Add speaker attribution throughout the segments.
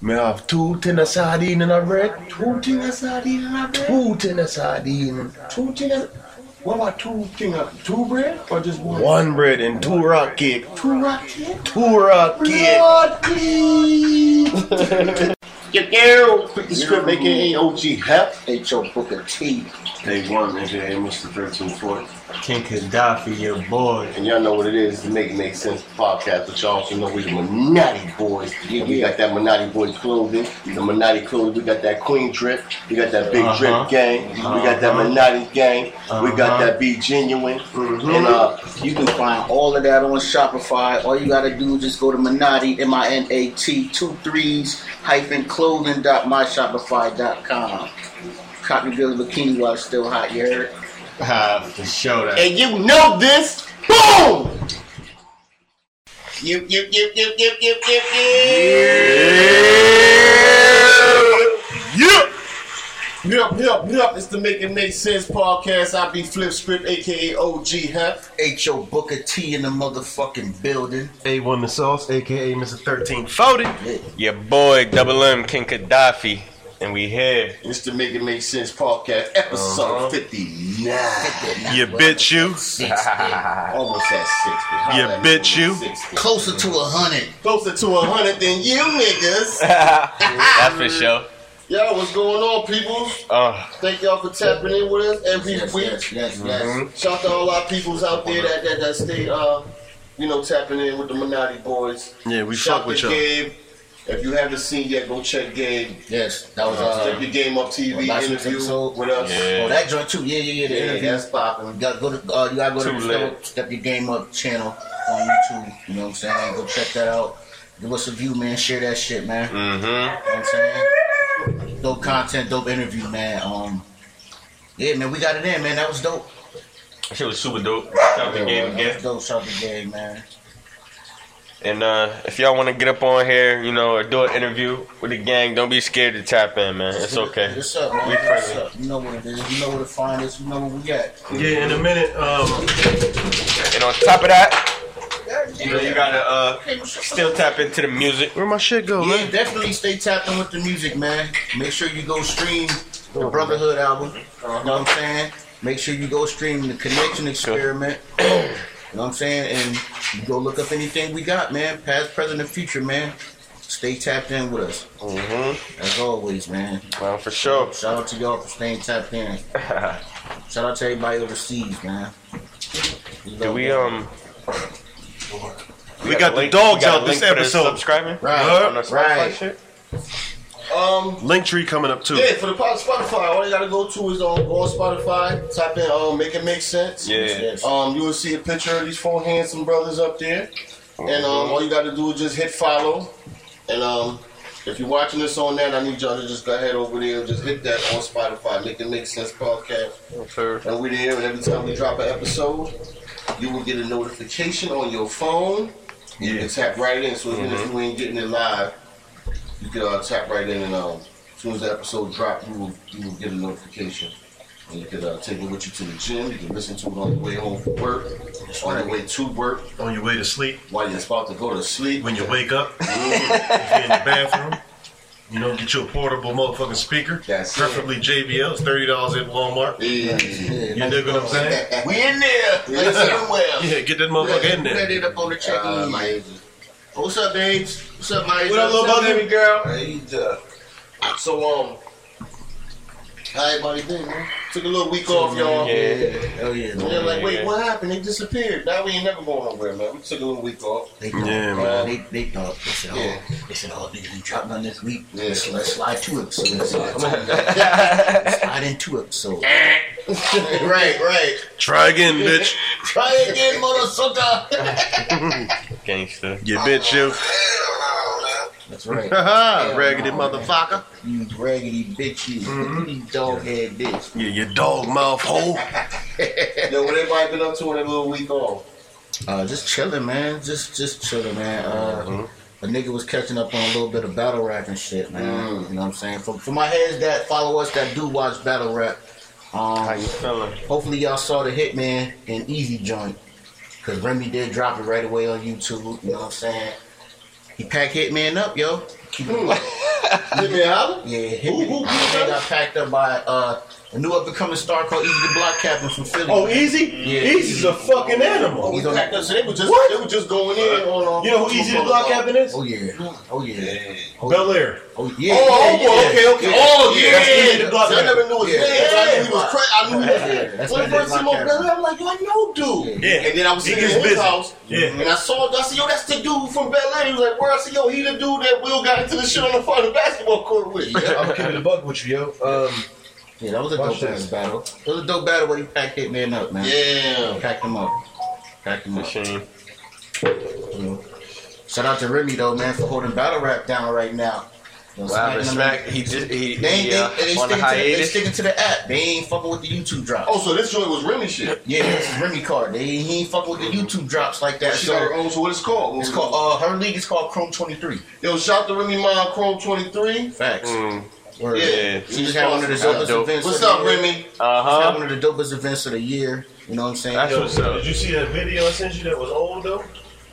Speaker 1: Men har haft totena sardinerna red, totena sardinerna red, totena sardiner.
Speaker 2: Totena. What about two thing? uh, Two bread or just one?
Speaker 1: One bread and two rock cake,
Speaker 2: Two rock cake.
Speaker 1: two rock cake.
Speaker 2: Lord, please.
Speaker 3: You do.
Speaker 2: Quick the script, oh. aka OG Hep, H.O. Booker T.
Speaker 1: Day one, aka Mr. 1340.
Speaker 4: King Gaddafi, your boy.
Speaker 2: And y'all know what it is, the Make It Make Sense podcast, but y'all also know we the Minotti boys. We got that Minotti boy clothing, the Minotti clothing, we got that Queen drip, we got that Big
Speaker 4: Uh-huh.
Speaker 2: Drip gang, we got that
Speaker 1: Uh-huh.
Speaker 2: Minotti gang, we got
Speaker 4: Uh-huh.
Speaker 2: that Be Genuine,
Speaker 1: Mm-hmm.
Speaker 2: and uh,
Speaker 3: You can find all of that on Shopify. All you gotta do is just go to Minati, M-I-N-A-T, two threes, hyphen clothing dot myshopify.com. Cotton Bills Bikini while it's still hot, you heard?
Speaker 4: Ah, for sure. That.
Speaker 3: And you know this, boom! You, you, you, you, you, you, you, you.
Speaker 1: Yeah!
Speaker 2: yup, yup, yup, it's the Make It Make Sense podcast. I be Flip Script, aka OG Hep.
Speaker 3: H.O. Booker T in the motherfucking building.
Speaker 4: A1 the sauce, aka Mr. 1340.
Speaker 3: Yeah.
Speaker 4: Your boy, Double M, King Gaddafi. And we here.
Speaker 2: It's the Make It Make Sense podcast, episode
Speaker 4: Uh-huh.
Speaker 2: 59.
Speaker 1: You bitch you.
Speaker 2: Almost at 60.
Speaker 1: You
Speaker 2: Holla at me
Speaker 1: bitch,
Speaker 2: when
Speaker 1: you.
Speaker 2: I'm 60.
Speaker 3: Closer to a hundred.
Speaker 2: Closer to 100 than you niggas.
Speaker 4: That's for sure.
Speaker 2: Yo, what's going on, people?
Speaker 4: Uh,
Speaker 2: Thank y'all for tapping in with us every
Speaker 3: Yes,
Speaker 2: week.
Speaker 3: yes, yes,
Speaker 1: Mm-hmm.
Speaker 3: yes.
Speaker 2: Shout out to all our peoples out there that, that, that stay, uh, you know, tapping in with the Minotti boys.
Speaker 1: Yeah, we
Speaker 2: Shout
Speaker 1: fuck with
Speaker 2: to
Speaker 1: y'all.
Speaker 2: Gabe. If you haven't seen yet, go check Gabe.
Speaker 3: Yes, that was
Speaker 2: Check
Speaker 3: uh,
Speaker 2: your Game Up TV
Speaker 3: last week's
Speaker 2: interview
Speaker 3: episode.
Speaker 2: with us.
Speaker 4: Yeah.
Speaker 3: oh that joint too. Yeah, yeah, yeah. The
Speaker 2: Yeah,
Speaker 3: interview.
Speaker 2: that's popping.
Speaker 3: You gotta go to uh, you gotta go
Speaker 4: Too
Speaker 3: to the
Speaker 4: lit.
Speaker 3: Step Your Game Up channel on YouTube. You know what I'm saying? Go check that out. Give us a view, man. Share that shit, man. You know
Speaker 4: mm-hmm.
Speaker 3: what I'm saying? Dope content, dope interview, man. Um, yeah, man, we got it in, man. That was dope.
Speaker 4: Shit was super dope. Shout out to Gabe
Speaker 3: That was
Speaker 4: again.
Speaker 3: dope. Shout out to Gabe, man.
Speaker 4: And uh, if y'all want to get up on here, you know, or do an interview with the gang, don't be scared to tap in, man. It's okay.
Speaker 3: What's up, man?
Speaker 4: We
Speaker 3: What's
Speaker 4: friendly.
Speaker 3: up? You know what it is. You know where to find us. You know what we at.
Speaker 4: Yeah, in a minute. Um, and on top of that, you know, you gotta uh, still tap into the music.
Speaker 1: Where my shit go,
Speaker 3: Yeah, definitely stay tapped in with the music, man. Make sure you go stream the Brotherhood album. You
Speaker 4: Uh-huh.
Speaker 3: know what I'm saying? Make sure you go stream the Connection Experiment. You know what I'm saying? And you go look up anything we got, man. Past, present, and future, man. Stay tapped in with us.
Speaker 4: Mm-hmm.
Speaker 3: As always, man.
Speaker 4: Well, for sure.
Speaker 3: Shout out to y'all for staying tapped in. Shout out to everybody overseas, man.
Speaker 4: Do we um?
Speaker 1: We got the dogs out this episode.
Speaker 4: Subscribing.
Speaker 3: Right, right.
Speaker 2: Um,
Speaker 1: Linktree coming up too.
Speaker 2: yeah, for the pod- Spotify, all you gotta go to is on, on Spotify, type in um, Make It Make Sense.
Speaker 4: Yeah.
Speaker 2: Um, you will see a picture of these four handsome brothers up there, and um, all you got to do is just hit follow. And um, if you're watching this on that, I need y'all to just go ahead over there and just hit that on Spotify, Make It Make Sense podcast.
Speaker 4: Sure.
Speaker 2: And we there, and every time we drop an episode, you will get a notification on your phone. You can tap right in. So even
Speaker 1: Mm-hmm.
Speaker 2: if you ain't getting it live, you can uh, tap right in, and um, as soon as the episode drop, you will you will get a notification. And you can uh, take it with you to the gym. You can listen to it on the way home from work, on the way to work,
Speaker 1: On your way to sleep,
Speaker 2: while you're about to go to sleep.
Speaker 1: when you wake up, if you're in the bathroom, you know, get you a portable motherfucking speaker.
Speaker 2: That's it.
Speaker 1: preferably JBL. It's thirty dollars at Walmart.
Speaker 2: Easy.
Speaker 3: Yeah,
Speaker 1: You dig what I'm saying?
Speaker 3: we in there. Let's see them well.
Speaker 1: Yeah, get that motherfucker in
Speaker 3: Put that
Speaker 1: there.
Speaker 3: it up on the check.
Speaker 2: Uh, my
Speaker 3: What's up, babes? What's up, my
Speaker 2: What up, little baby
Speaker 3: girl?
Speaker 2: Hey, uh, so um, how everybody been, man? Took a little week off, y'all.
Speaker 4: Yeah.
Speaker 3: Hell Oh, yeah,
Speaker 2: And they're
Speaker 3: man.
Speaker 2: like, wait, what happened? They disappeared. Now we ain't never going nowhere, man. We took a little week off.
Speaker 3: They thought,
Speaker 1: Yeah,
Speaker 2: man.
Speaker 3: They, they thought, they said, oh,
Speaker 2: Yeah.
Speaker 3: they said, oh, nigga, you dropped on this week.
Speaker 2: Yeah.
Speaker 3: Let's, let's slide two episodes. Let's slide, slide in two episodes.
Speaker 2: right, right.
Speaker 1: Try again, bitch.
Speaker 2: Try again, motherfucker.
Speaker 4: Gangster.
Speaker 1: You bitch you.
Speaker 3: That's right.
Speaker 1: Haha, raggedy motherfucker.
Speaker 3: You raggedy bitch, you you dog head bitch.
Speaker 1: Yeah, you dog mouth hole.
Speaker 2: Yo, what everybody been up to in a little week off?
Speaker 3: Uh, just chilling, man. Just, just chilling, man. Uh, A nigga was catching up on a little bit of battle rap and shit, man. You know what I'm saying? For, for my heads that follow us that do watch battle rap, um,
Speaker 4: How you feeling?
Speaker 3: Hopefully y'all saw the Hitman and Easy joint. Cause Remy did drop it right away on YouTube, you know what I'm saying? He packed Hitman up, yo. Keep it alive.
Speaker 2: Give me a holler.
Speaker 3: Yeah,
Speaker 2: Who-
Speaker 3: Hitman.
Speaker 2: who- who
Speaker 3: Hitman
Speaker 2: got
Speaker 3: got packed up by uh, a new up and coming star called Easy the Block Captain from Philly.
Speaker 5: Oh, Easy?
Speaker 3: Yeah.
Speaker 5: Easy's a fucking animal.
Speaker 2: We packed up, so they were just
Speaker 5: What?
Speaker 2: they were just going in on. Um,
Speaker 5: You know who Easy the Block Captain is?
Speaker 3: Oh yeah. Oh yeah.
Speaker 2: Yeah.
Speaker 3: Oh yeah.
Speaker 5: Bel Air.
Speaker 3: Oh yeah.
Speaker 2: Oh,
Speaker 3: yeah, yeah.
Speaker 2: okay, okay. Oh, yeah.
Speaker 5: That's Easy the
Speaker 2: yeah.
Speaker 5: Block
Speaker 2: See, I
Speaker 5: Captain.
Speaker 2: never knew his
Speaker 3: Yeah.
Speaker 2: name. so I knew he
Speaker 3: Yeah.
Speaker 2: was crazy. I knew
Speaker 3: Yeah.
Speaker 2: his name.
Speaker 3: That's
Speaker 2: When I
Speaker 3: Easy the
Speaker 2: first seen
Speaker 3: Block
Speaker 2: my brother, I'm like, yo, I know dude.
Speaker 5: Yeah.
Speaker 2: And then I was
Speaker 5: He
Speaker 2: sitting in
Speaker 5: gets
Speaker 2: his
Speaker 5: busy.
Speaker 2: house,
Speaker 5: Yeah.
Speaker 2: and I saw it. I said, yo, that's the dude from Bel Air. He was like, where? I said, yo, he the dude that Will got into the shit on the front of the basketball court with.
Speaker 1: Yeah, I'm keeping the buck with you, yo. Um,
Speaker 3: Yeah, that was a
Speaker 1: Watch
Speaker 3: dope ass
Speaker 1: this.
Speaker 3: battle. It was a dope battle where he packed Hitman up, man.
Speaker 2: Yeah.
Speaker 3: Packed him up. Packed him up.
Speaker 4: Machine.
Speaker 3: you know. Shout out to Remy though, man, for holding battle rap down right now. You know,
Speaker 4: Wow,
Speaker 3: smacking them
Speaker 4: respect. He just he,
Speaker 3: They ain't
Speaker 4: he uh,
Speaker 3: they, they
Speaker 4: on a
Speaker 3: sticking to, they
Speaker 4: hiatus.
Speaker 3: sticking to the app. They ain't fucking with the YouTube drops.
Speaker 2: Oh, so this joint was Remy shit.
Speaker 3: Yeah, this is Remy card. They he ain't fucking with the YouTube drops like that.
Speaker 2: She got her
Speaker 3: So
Speaker 2: own. So what it's called?
Speaker 3: it's called uh, her league is called Chrome Twenty Three.
Speaker 2: Yo, shout to Remy Mom Chrome Twenty Three.
Speaker 3: Facts.
Speaker 4: Mm.
Speaker 3: Word.
Speaker 2: Yeah.
Speaker 3: She just had one of the dopest
Speaker 4: Dope.
Speaker 3: events.
Speaker 2: What's
Speaker 3: of the
Speaker 2: up,
Speaker 3: year.
Speaker 2: Remy?
Speaker 3: She
Speaker 4: Uh
Speaker 3: had
Speaker 4: huh.
Speaker 3: one of the dopest events of the year. You know what I'm saying?
Speaker 4: That's
Speaker 5: Yo,
Speaker 4: what's up.
Speaker 5: Did you see that video I sent you that was old though?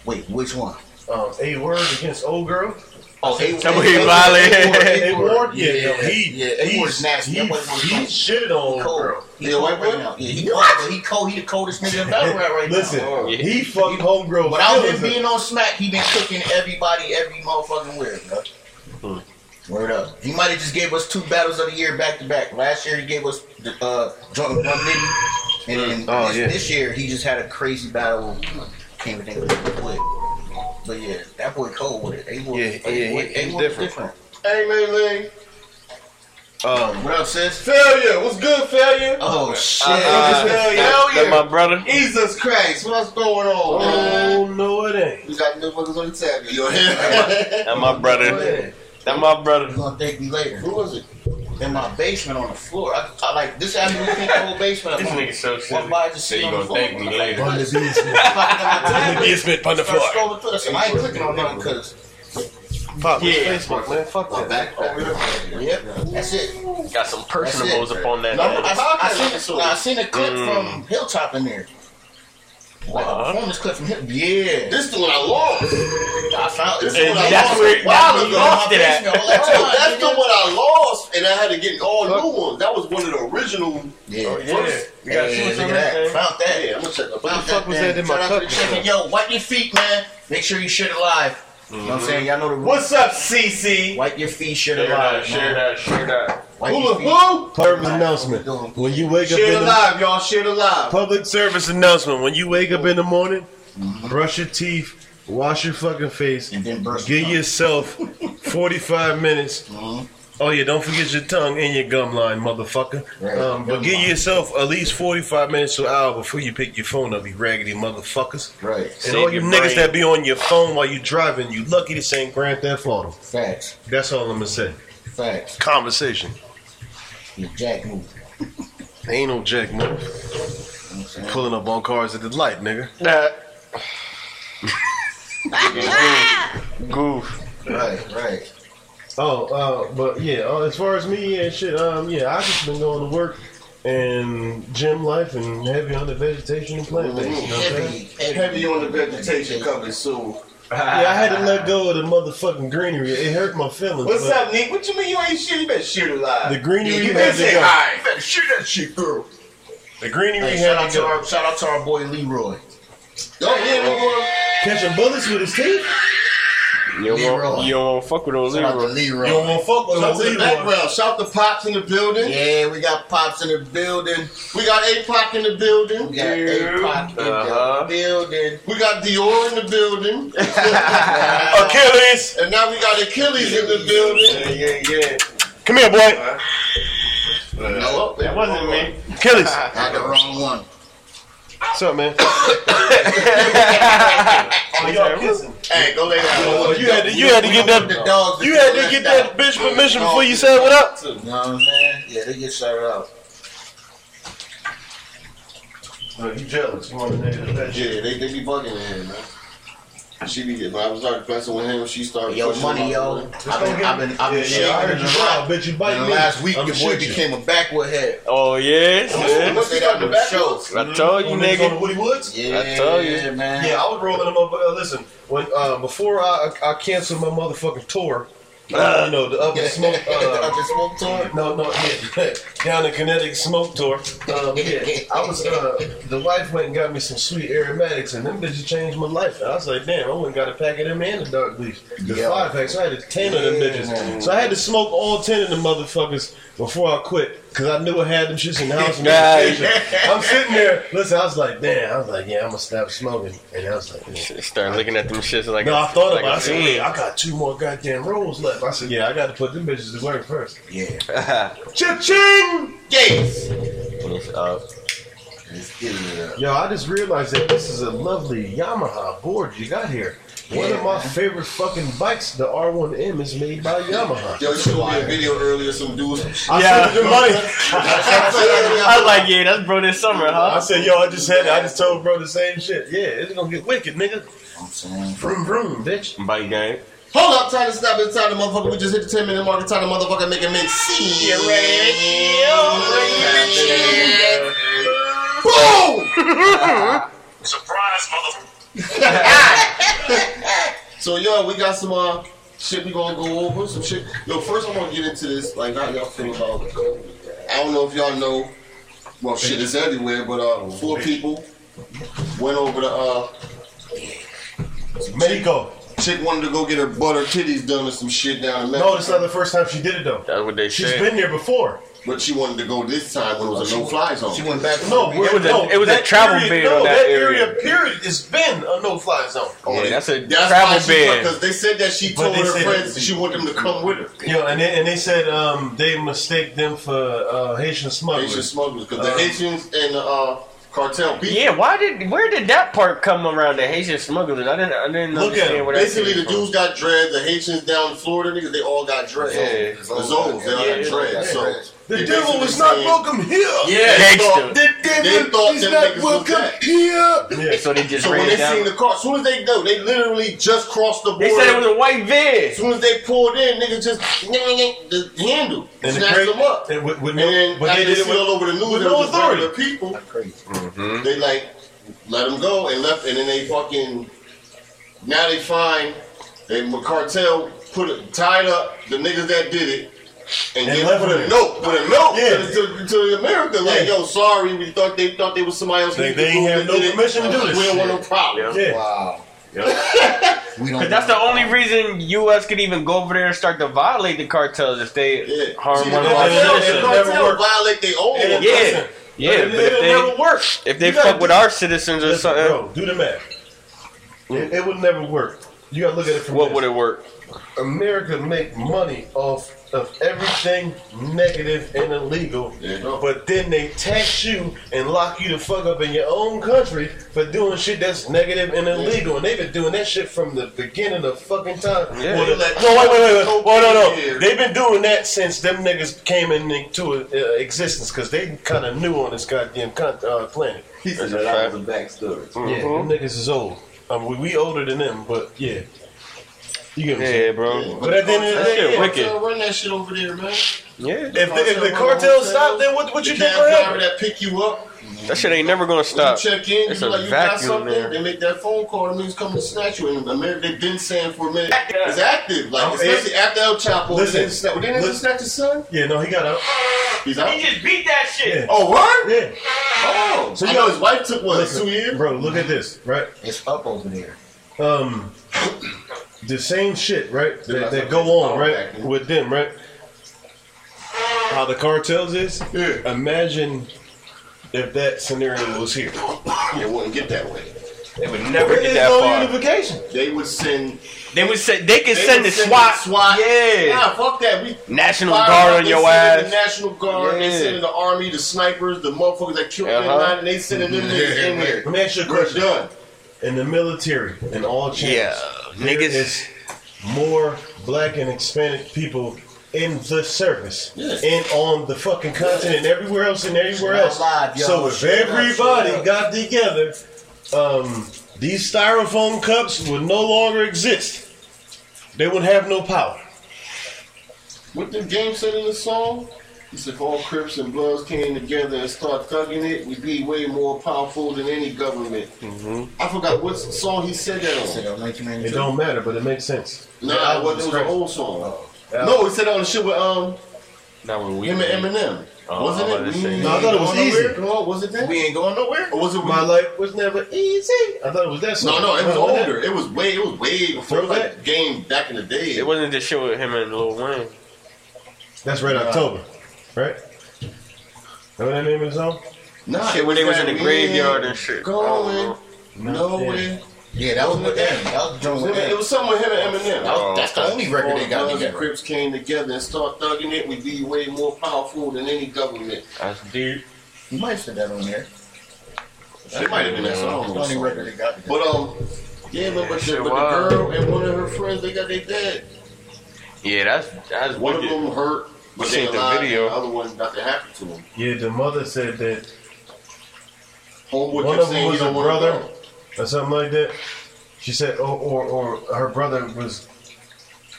Speaker 3: Wait, which one?
Speaker 5: Um, a word against old girl.
Speaker 3: Oh, A
Speaker 4: Tell me he violated.
Speaker 5: A ward, yeah,
Speaker 3: Yeah,
Speaker 5: yo, he,
Speaker 3: yeah, A
Speaker 5: he's,
Speaker 3: Ward's nasty.
Speaker 5: He,
Speaker 3: That boy was
Speaker 5: he
Speaker 3: cold.
Speaker 5: shitted on old
Speaker 3: cold.
Speaker 5: girl.
Speaker 3: He's
Speaker 2: Yeah,
Speaker 3: cold
Speaker 2: white
Speaker 3: right
Speaker 2: boy?
Speaker 3: now. Yeah, he cold. He cold. He the coldest nigga in battle rap right
Speaker 5: Listen,
Speaker 3: now.
Speaker 5: he fucked homegirl.
Speaker 3: Without
Speaker 5: feelings
Speaker 3: him being on smack, he been cooking everybody every motherfucking where, bro.
Speaker 4: Hmm.
Speaker 3: Word up. He might have just gave us two battles of the year back to back. Last year he gave us the, uh joint with Bun Nitty, and then
Speaker 4: Oh,
Speaker 3: this,
Speaker 4: yeah.
Speaker 3: this year he just had a crazy battle. Can't even think of it quick. But yeah, that boy cold with it. They boy,
Speaker 4: Yeah,
Speaker 3: they
Speaker 4: yeah,
Speaker 3: boy,
Speaker 4: he-
Speaker 3: they
Speaker 4: he's
Speaker 3: boy
Speaker 4: different.
Speaker 2: Hey, Mei Ling.
Speaker 4: Um,
Speaker 3: What up, sis?
Speaker 2: Failure. What's good, failure?
Speaker 3: Oh shit!
Speaker 4: uh,
Speaker 2: hell yeah.
Speaker 4: that- that my brother.
Speaker 2: Jesus Christ, what's going on, man?
Speaker 5: Oh no, it ain't.
Speaker 2: We got new fuckers on the tab. You hear?
Speaker 4: That my brother. That my
Speaker 3: You
Speaker 4: brother.
Speaker 3: gonna thank me later.
Speaker 2: Who was it?
Speaker 3: In my basement on the floor, I, I like this avenue can't whole basement.
Speaker 4: This
Speaker 3: I'm
Speaker 4: nigga so
Speaker 3: Walk
Speaker 4: silly.
Speaker 3: by just
Speaker 4: So
Speaker 3: sit
Speaker 4: you
Speaker 3: on the
Speaker 4: gonna
Speaker 3: floor.
Speaker 4: thank me
Speaker 3: I'm
Speaker 4: later.
Speaker 3: like,
Speaker 1: on the business.
Speaker 3: fucking
Speaker 5: on the
Speaker 3: Start scrolling through this, and I ain't clicking on nothing because
Speaker 4: Pop. Yeah.
Speaker 2: man. Fuck that. Back,
Speaker 3: yep, that's it. No,
Speaker 4: Got some personables
Speaker 3: That's
Speaker 4: up on that.
Speaker 3: I,
Speaker 4: nigga.
Speaker 3: I, seen, nah, I seen a clip from Hilltop in there. Like a
Speaker 4: What?
Speaker 3: performance clip from Hilltop. Yeah,
Speaker 2: This the one I lost.
Speaker 3: I found this.
Speaker 4: And
Speaker 3: one I
Speaker 4: that's
Speaker 3: lost.
Speaker 4: where
Speaker 3: Wow,
Speaker 4: that's
Speaker 3: it was
Speaker 4: where you
Speaker 3: in my
Speaker 4: lost it
Speaker 3: basement
Speaker 4: at.
Speaker 3: all that time,
Speaker 2: That's the
Speaker 3: nigga.
Speaker 2: one I lost, and I had to get all new ones. That was one of the original.
Speaker 3: Yeah,
Speaker 4: Oh, yeah. You gotta see
Speaker 3: Yeah,
Speaker 4: what's
Speaker 3: look
Speaker 4: on
Speaker 3: at that.
Speaker 4: that.
Speaker 3: Found that.
Speaker 2: Yeah, I'm gonna check that.
Speaker 3: What the fuck was that in my cup? Yo, wipe your feet, man. Make sure you shit alive. You know what I'm saying? Y'all know the rules.
Speaker 5: What's up, CC?
Speaker 3: Wipe your feet, shit
Speaker 4: Share
Speaker 3: alive.
Speaker 4: that. Share that. Share that.
Speaker 3: Wipe
Speaker 2: Who
Speaker 3: your
Speaker 2: look
Speaker 3: feet.
Speaker 2: who?
Speaker 5: Purpose
Speaker 3: What we doing?
Speaker 5: announcement. When you wake up in
Speaker 2: Shit
Speaker 5: the
Speaker 2: alive, y'all. Shit alive.
Speaker 5: public service announcement. When you wake up in the morning, brush your teeth, wash your fucking face,
Speaker 3: And then burst
Speaker 5: give
Speaker 3: it.
Speaker 5: yourself 45 minutes.
Speaker 3: Mhm.
Speaker 5: Oh yeah, don't forget your tongue and your gum line, motherfucker.
Speaker 3: Right.
Speaker 5: Um, but
Speaker 3: Gum
Speaker 5: give
Speaker 3: line.
Speaker 5: yourself at least 45 minutes to an hour before you pick your phone up, you raggedy motherfuckers.
Speaker 3: Right.
Speaker 5: And
Speaker 4: Save
Speaker 5: all you
Speaker 4: your
Speaker 5: niggas
Speaker 4: brain.
Speaker 5: that be on your phone while you driving, you lucky this ain't Grand Theft Auto.
Speaker 3: Facts.
Speaker 5: That's all I'm gonna say.
Speaker 3: Facts.
Speaker 5: Conversation.
Speaker 3: Your jack move.
Speaker 5: Ain't no jack move.
Speaker 3: You know what I'm saying?
Speaker 5: Pulling up on cars at the light, nigga.
Speaker 4: Goof.
Speaker 3: Right, right.
Speaker 5: Oh, uh, but yeah, uh, as far as me and shit, um, yeah, I just been going to work and gym life and heavy on the vegetation and plant based. You know what I'm saying?
Speaker 3: Heavy, heavy,
Speaker 2: Heavy on the vegetation coming soon.
Speaker 5: Yeah, I had to let go of the motherfucking greenery. It hurt my feelings.
Speaker 2: What's
Speaker 5: but
Speaker 2: up, Nick? What you mean you ain't shit? You better shoot alive.
Speaker 5: The greenery
Speaker 3: Yeah, you
Speaker 5: had
Speaker 3: better
Speaker 5: to
Speaker 3: say
Speaker 5: go.
Speaker 3: hi. You better shoot that shit, girl.
Speaker 5: The greenery
Speaker 3: Hey,
Speaker 5: had
Speaker 3: shout out
Speaker 5: to
Speaker 3: to
Speaker 5: go.
Speaker 3: our shout out to our boy Leroy.
Speaker 2: Don't get no more.
Speaker 5: Catching bullets with his teeth?
Speaker 4: You don't
Speaker 3: Leroy.
Speaker 4: want. You don't want to fuck with those
Speaker 3: Shout out to
Speaker 4: Leroy.
Speaker 3: Leroy.
Speaker 5: You don't want to fuck with
Speaker 2: Shout
Speaker 5: no
Speaker 2: to the
Speaker 5: Leroy.
Speaker 2: background. Shout the pops in the building.
Speaker 3: Yeah, we got pops in the building.
Speaker 2: We got APOC in the building.
Speaker 3: We got a pop in
Speaker 4: Uh-huh.
Speaker 3: the building.
Speaker 2: We got Dior in the building.
Speaker 5: Achilles,
Speaker 2: and now we got Achilles in the building.
Speaker 4: yeah, yeah.
Speaker 5: come here, boy.
Speaker 3: No,
Speaker 2: That wasn't me.
Speaker 5: Achilles,
Speaker 3: had the wrong one.
Speaker 5: what's up, man?
Speaker 2: Hey, go lay down.
Speaker 5: You had to, you had to get that.
Speaker 3: The dogs.
Speaker 5: You had to get that bitch permission before you said what up.
Speaker 3: You know what I'm saying? Yeah, they get shouted out.
Speaker 5: You jealous? You want to
Speaker 2: Yeah, they, they be bugging in here, man. She be getting. I was started messing with him. She started.
Speaker 3: Yo,
Speaker 2: pushing
Speaker 3: money,
Speaker 2: my
Speaker 3: yo.
Speaker 2: boy.
Speaker 3: I've been, I've been, I've been
Speaker 5: Yeah, yeah, I heard
Speaker 3: shaking
Speaker 5: you.
Speaker 3: you
Speaker 5: I
Speaker 3: out.
Speaker 5: bet you bite
Speaker 3: And
Speaker 5: me.
Speaker 3: last week,
Speaker 5: I'm
Speaker 3: your boy
Speaker 5: shoot you.
Speaker 3: became a backward head.
Speaker 4: Oh yes,
Speaker 2: Yeah.
Speaker 4: yes.
Speaker 2: Look at that in the back.
Speaker 3: Show.
Speaker 4: I told you,
Speaker 5: When they was on
Speaker 4: nigga.
Speaker 5: the Woody Woods.
Speaker 3: Yeah,
Speaker 4: I told you.
Speaker 3: man.
Speaker 5: Yeah, I was rolling them up. Uh, listen, when uh, before I, I canceled my motherfucking tour, uh, you know the up and smoke. Uh,
Speaker 3: I just smoked to it.
Speaker 5: No, no, yeah. Down in Connecticut smoke tour. Um, yeah, I was. Uh, the wife went and got me some sweet aromatics, and them bitches changed my life. I was like, damn, I went and got a pack of them and the dark leaf, the
Speaker 3: Yeah.
Speaker 5: five packs. I had a ten of them
Speaker 3: Yeah,
Speaker 5: bitches,
Speaker 3: man.
Speaker 5: so I had to smoke all ten of them motherfuckers before I quit, because I knew I had them shits in the house. and
Speaker 4: Nah.
Speaker 5: in the kitchen. I'm sitting there. Listen, I was like, damn. I was like, yeah, I'm gonna stop smoking, and I was like. yeah.
Speaker 4: Start looking at them shits like.
Speaker 5: No, I thought
Speaker 4: like
Speaker 5: about it. I
Speaker 4: a
Speaker 5: said,
Speaker 4: fiend.
Speaker 5: wait, I got two more goddamn rolls left. I said, yeah, I got to put them bitches to work first.
Speaker 3: Yeah.
Speaker 5: Cha-ching!
Speaker 2: Yes.
Speaker 4: And it's up.
Speaker 2: Let's get it up.
Speaker 5: Yo, I just realized that this is a lovely Yamaha board you got here. One of my favorite fucking bikes, the R1M, is made by Yamaha.
Speaker 2: Yo, you showed me a video earlier. Some dudes.
Speaker 5: I
Speaker 4: Yeah.
Speaker 5: saved your money.
Speaker 4: I was like, yeah, that's bro this summer,
Speaker 5: I
Speaker 4: huh?
Speaker 5: said, yo, I just had, I just told bro the same shit. Yeah, it's gonna get wicked, nigga.
Speaker 3: I'm saying.
Speaker 5: Vroom vroom, bitch.
Speaker 4: Bike gang.
Speaker 2: Hold up, time to stop it. Time to motherfucker. We just hit the 10 minute mark. Time to motherfucker make it make see. Yeah, right. Boom!
Speaker 6: Surprise, motherfucker.
Speaker 2: So yo, we got some uh shit we gonna go over some shit. Yo, first I want to get into this like how y'all feel about. I don't know if y'all know. Well, shit is everywhere, but uh, four people went over to uh
Speaker 5: Mako.
Speaker 2: chick wanted to go get her butter titties done or some shit down in
Speaker 5: No, this
Speaker 2: Memphis,
Speaker 5: not the first time she did it though.
Speaker 4: That's what they
Speaker 5: She's
Speaker 4: said.
Speaker 5: been here before.
Speaker 2: but she wanted to go this time when it was a no fly zone.
Speaker 3: She went back.
Speaker 5: No,
Speaker 4: It was a-
Speaker 5: no,
Speaker 4: it was a
Speaker 5: that
Speaker 4: travel
Speaker 5: period,
Speaker 4: ban
Speaker 5: no,
Speaker 4: on that area.
Speaker 5: Period. It's been a no-fly zone.
Speaker 4: Oh, Yeah, that's a
Speaker 2: why
Speaker 4: travel
Speaker 2: she
Speaker 4: ban.
Speaker 2: Because they said that she
Speaker 5: But
Speaker 2: told
Speaker 5: they
Speaker 2: her
Speaker 5: said-
Speaker 2: friends she wanted them to come with her.
Speaker 5: Yo, and they, and they said um, they mistake them for uh, Haitian smugglers.
Speaker 2: Haitian smugglers, because
Speaker 5: Uh,
Speaker 2: the Haitians and the uh, cartel people.
Speaker 4: Yeah, why did where did that part come around the Haitian smugglers? I didn't I didn't
Speaker 5: Look at
Speaker 4: understand
Speaker 5: him.
Speaker 4: where that
Speaker 2: Basically,
Speaker 4: came
Speaker 2: the dudes got dreads. The Haitians down in Florida, niggas, they all got dreads.
Speaker 4: Yeah.
Speaker 2: The Zos, they all
Speaker 4: Yeah,
Speaker 2: got
Speaker 4: yeah,
Speaker 2: dreads.
Speaker 4: yeah.
Speaker 2: So
Speaker 5: The
Speaker 2: they
Speaker 5: devil
Speaker 2: basically
Speaker 5: was not
Speaker 2: saying-
Speaker 5: welcome here.
Speaker 4: from.
Speaker 2: thought-
Speaker 4: Gangster.
Speaker 5: The devil
Speaker 2: They thought
Speaker 5: is
Speaker 2: them
Speaker 5: not
Speaker 2: niggas was
Speaker 5: welcome
Speaker 2: black.
Speaker 5: here. Yeah.
Speaker 4: So they just
Speaker 2: So when
Speaker 4: ran
Speaker 2: they seen the
Speaker 4: down.
Speaker 2: car, as soon as they go, they literally just crossed the border.
Speaker 4: They said it was a white
Speaker 2: as
Speaker 4: van.
Speaker 2: soon as they pulled in, niggas just the handle,
Speaker 5: And the
Speaker 2: snatched
Speaker 5: great-
Speaker 2: them up.
Speaker 5: and with- with
Speaker 2: And
Speaker 5: no-
Speaker 2: then
Speaker 5: but
Speaker 2: after
Speaker 5: they
Speaker 2: they
Speaker 5: did it
Speaker 2: see all
Speaker 5: with,
Speaker 2: over the news,
Speaker 5: with
Speaker 2: it
Speaker 5: no
Speaker 2: was just
Speaker 5: authority.
Speaker 2: regular people.
Speaker 4: Mm-hmm.
Speaker 2: They like let them go and left, and then they fucking now they find they cartel put it tied up the niggas that did it.
Speaker 5: And
Speaker 2: And, they
Speaker 5: left
Speaker 2: put
Speaker 5: them
Speaker 2: a
Speaker 5: there.
Speaker 2: note, put a note
Speaker 5: Yeah.
Speaker 2: to, to, to America, like,
Speaker 5: Yeah.
Speaker 2: yo, sorry, we thought they thought they was somebody else.
Speaker 5: They-
Speaker 2: We
Speaker 5: they ain't
Speaker 2: proved
Speaker 5: have no
Speaker 2: did it.
Speaker 5: permission to do this
Speaker 2: We don't want no
Speaker 5: shit.
Speaker 2: problem.
Speaker 5: Yeah.
Speaker 3: Wow. we don't.
Speaker 4: Cause that's the only reason U.S. could even go over there and start to violate the cartels if they
Speaker 2: Yeah.
Speaker 4: harm
Speaker 2: See, the
Speaker 4: one of
Speaker 5: they-
Speaker 4: our
Speaker 5: they-
Speaker 2: cartel,
Speaker 5: they-
Speaker 4: citizens.
Speaker 2: the
Speaker 5: Never
Speaker 2: cartel
Speaker 5: worked.
Speaker 2: violate their own.
Speaker 5: Yeah.
Speaker 2: laws.
Speaker 4: Yeah, yeah,
Speaker 5: it,
Speaker 4: but
Speaker 5: it,
Speaker 4: if they
Speaker 5: never work.
Speaker 4: if they
Speaker 5: You gotta
Speaker 4: fuck with
Speaker 5: do-
Speaker 4: our citizens or
Speaker 5: Listen,
Speaker 4: something,
Speaker 5: bro, do the math. It, it would never work. You gotta look at it from
Speaker 4: what
Speaker 5: this.
Speaker 4: would it work?
Speaker 5: America make money off of everything negative and illegal,
Speaker 2: There you go.
Speaker 5: but then they tax you and lock you the fuck up in your own country for doing shit that's negative and illegal, and they've been doing that shit from the beginning of fucking time.
Speaker 4: Yeah.
Speaker 5: Well, they-
Speaker 2: Let-
Speaker 5: no, wait, wait, wait, wait. Oh, no,
Speaker 2: Yeah.
Speaker 5: no. They've been doing that since them niggas came into uh, existence because they kind of new on this goddamn con- uh, planet.
Speaker 3: He said that was a backstory.
Speaker 5: Yeah, them niggas is old. I mean, we, we older than them, but yeah. You get what I'm saying?
Speaker 4: Yeah, bro.
Speaker 5: But at the end of the
Speaker 4: That
Speaker 5: day,
Speaker 4: shit
Speaker 5: yeah.
Speaker 4: wicked.
Speaker 2: Cartel, Run that shit over there, man.
Speaker 4: Yeah,
Speaker 5: If the, if the
Speaker 2: Cartel
Speaker 5: cartel
Speaker 2: wholesale,
Speaker 5: stopped, then what what
Speaker 2: The
Speaker 5: you did
Speaker 2: cab
Speaker 5: for
Speaker 2: driver
Speaker 5: him?
Speaker 2: that pick you up,
Speaker 4: that shit ain't never gonna
Speaker 2: when you
Speaker 4: stop.
Speaker 2: check in,
Speaker 4: It's
Speaker 2: you
Speaker 4: a
Speaker 2: like you got
Speaker 4: vacuum
Speaker 2: something,
Speaker 4: there.
Speaker 2: they make that phone call, the niggas come to snatch you. And America, they've been saying for a minute, it's active. Like,
Speaker 4: Oh,
Speaker 5: I'm-
Speaker 2: especially after El Chapo.
Speaker 5: Listen,
Speaker 2: they didn't snatch, they didn't
Speaker 5: listen.
Speaker 2: snatch his son?
Speaker 5: Yeah, no, he got out.
Speaker 2: He's out.
Speaker 6: He just beat that shit.
Speaker 5: Yeah.
Speaker 2: Oh, what?
Speaker 5: Yeah,
Speaker 2: Oh. So, you know, his wife took, what,
Speaker 5: listen,
Speaker 2: two years?
Speaker 5: bro. Look at this, right?
Speaker 3: It's up over there.
Speaker 5: Um, the same shit, right? That, that go on, right, with them, right? How the cartels is?
Speaker 2: Yeah.
Speaker 5: Imagine if that scenario was here.
Speaker 2: It wouldn't get that way.
Speaker 4: They would never
Speaker 5: There
Speaker 4: get
Speaker 5: is
Speaker 4: that
Speaker 5: no
Speaker 4: far.
Speaker 5: unification.
Speaker 2: They would send.
Speaker 4: They would say they could
Speaker 2: They
Speaker 4: send
Speaker 2: would
Speaker 4: the SWAT.
Speaker 2: SWAT.
Speaker 4: Yeah,
Speaker 2: Nah, fuck that. We
Speaker 4: National
Speaker 2: Fire
Speaker 4: Guard
Speaker 2: up,
Speaker 4: on
Speaker 2: they
Speaker 4: your
Speaker 2: send in The
Speaker 4: ass.
Speaker 2: National Guard, they
Speaker 4: Yeah.
Speaker 2: send in the army, the snipers, the motherfuckers that killed
Speaker 4: Uh-huh.
Speaker 2: uh-huh. Bin Laden, they sending them niggas in
Speaker 5: Let
Speaker 2: here.
Speaker 5: me ask you a
Speaker 2: We're
Speaker 5: question.
Speaker 2: done.
Speaker 5: In the military, in all channels,
Speaker 4: Yeah,
Speaker 5: there
Speaker 4: niggas-
Speaker 5: is more black and Hispanic people in the service
Speaker 2: Yes.
Speaker 5: and on the fucking continent, everywhere else, and everywhere
Speaker 3: Shut up
Speaker 5: else.
Speaker 3: live, yo.
Speaker 5: so if
Speaker 3: Shut up, shut
Speaker 5: everybody
Speaker 3: up.
Speaker 5: got together, um, These styrofoam cups would no longer exist. They would have no power.
Speaker 2: What the game said in the song? He said, if all Crips and Bloods came together and start thugging it, we'd be way more powerful than any government.
Speaker 4: Mm-hmm.
Speaker 2: I forgot what song he said that on.
Speaker 5: It
Speaker 3: 1992.
Speaker 5: don't matter, but it makes sense.
Speaker 2: Nah, it
Speaker 5: I
Speaker 2: was, it was an old song. No, he said that on the shit with um,
Speaker 4: Not with we.
Speaker 2: him and Eminem.
Speaker 4: Oh,
Speaker 2: Wasn't
Speaker 4: I was
Speaker 2: it?
Speaker 4: about to say.
Speaker 2: We
Speaker 4: No,
Speaker 5: I thought it was
Speaker 2: Going
Speaker 5: easy.
Speaker 2: Nowhere? No, was it that?
Speaker 3: We ain't going nowhere.
Speaker 2: or was it
Speaker 5: My life was never easy. I thought it was that
Speaker 2: No,
Speaker 5: song.
Speaker 2: no, it was
Speaker 5: Huh, wasn't
Speaker 2: older. It was way, it was way before
Speaker 5: Throwback?
Speaker 2: like game back in the day.
Speaker 4: It wasn't the shit with him and Lil Wayne.
Speaker 5: that- That's Red October, right? Remember that name of the song?
Speaker 2: Nah,
Speaker 4: Shit when they was in the
Speaker 2: we
Speaker 4: graveyard
Speaker 2: ain't
Speaker 4: and shit. I don't
Speaker 2: Going
Speaker 4: know.
Speaker 2: nowhere.
Speaker 3: Yeah, that was with them. That was the joint with
Speaker 2: It
Speaker 3: them.
Speaker 2: was something with him and Eminem.
Speaker 3: That was- That's the only record they got
Speaker 2: All the
Speaker 3: together.
Speaker 2: Crips came together and start thugging it, we'd be way more powerful than any government.
Speaker 4: That's deep.
Speaker 3: You might have said that on there.
Speaker 2: That might have been that
Speaker 3: That's the only
Speaker 2: song.
Speaker 3: record they got together.
Speaker 2: But um, yeah, but, but, the,
Speaker 4: shit
Speaker 2: but the
Speaker 4: wild.
Speaker 2: girl and one of her friends, they got their dad.
Speaker 4: Yeah, that's that's
Speaker 2: One of
Speaker 4: wicked.
Speaker 2: them hurt, but
Speaker 4: I
Speaker 2: they
Speaker 4: seen the
Speaker 2: alive,
Speaker 4: video.
Speaker 2: And the other one nothing happened to him.
Speaker 5: Yeah, the mother said that
Speaker 2: Homeboy
Speaker 5: One
Speaker 2: kept
Speaker 5: of them
Speaker 2: saying he
Speaker 5: was
Speaker 2: don't
Speaker 5: a
Speaker 2: wanna
Speaker 5: brother.
Speaker 2: go.
Speaker 5: or something like that. She said, or or, or her brother was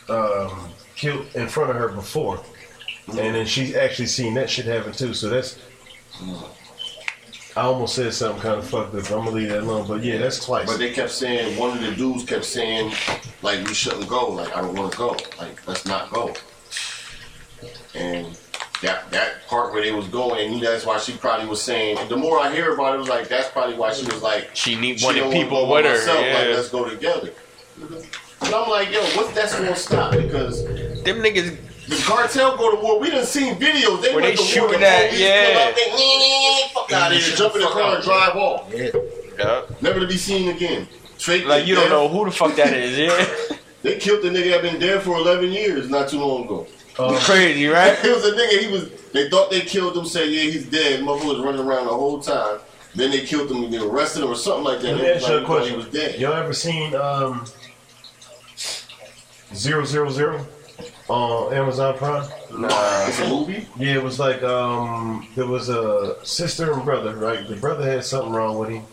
Speaker 5: um, killed in front of her before,
Speaker 2: Mm-hmm.
Speaker 5: and then she's actually seen that shit happen too. So that's. I almost said something kind of fucked up. I'm gonna leave that alone, but yeah, that's twice.
Speaker 2: But they kept saying one of the dudes kept saying like we shouldn't go, like I don't want to go, like let's not go. And that that part where they was going, that's why she probably was saying. The more I hear about it, it was like that's probably why she was like
Speaker 4: She need
Speaker 2: she
Speaker 4: wanted
Speaker 2: don't wanna
Speaker 4: people
Speaker 2: go
Speaker 4: with
Speaker 2: by
Speaker 4: her.
Speaker 2: herself, Like
Speaker 4: yeah.
Speaker 2: let's go together. And I'm like, yo, what's that's gonna stop? Because
Speaker 4: them niggas
Speaker 2: the cartel go to war. We done seen videos. They
Speaker 4: Where
Speaker 2: went
Speaker 4: they
Speaker 2: to war.
Speaker 4: shooting
Speaker 2: the
Speaker 4: at,
Speaker 2: police
Speaker 4: yeah.
Speaker 2: pull up, they, "Nee, nee, nee, Fuck out of here. Jump in the car and drive off.
Speaker 3: Yeah.
Speaker 4: yeah.
Speaker 2: Never to be seen again. Straight
Speaker 4: like
Speaker 2: to
Speaker 4: you don't
Speaker 2: death.
Speaker 4: know who the fuck that is, yeah.
Speaker 2: They killed the nigga that been dead for 11 years not too long ago.
Speaker 4: Crazy, right?
Speaker 2: It was a nigga, he was, they thought they killed him, said, yeah, he's dead. Motherfucker was running around the whole time. Then they killed him and they arrested him or something like that.
Speaker 5: Let me
Speaker 2: They was
Speaker 5: ask you a
Speaker 2: like, "Well,
Speaker 5: question.
Speaker 2: He was dead.
Speaker 5: Y'all ever seen um zero zero zero on Amazon Prime?
Speaker 2: It's a movie?
Speaker 5: Yeah, it was like um there was a sister and brother, right? The brother had something wrong with him,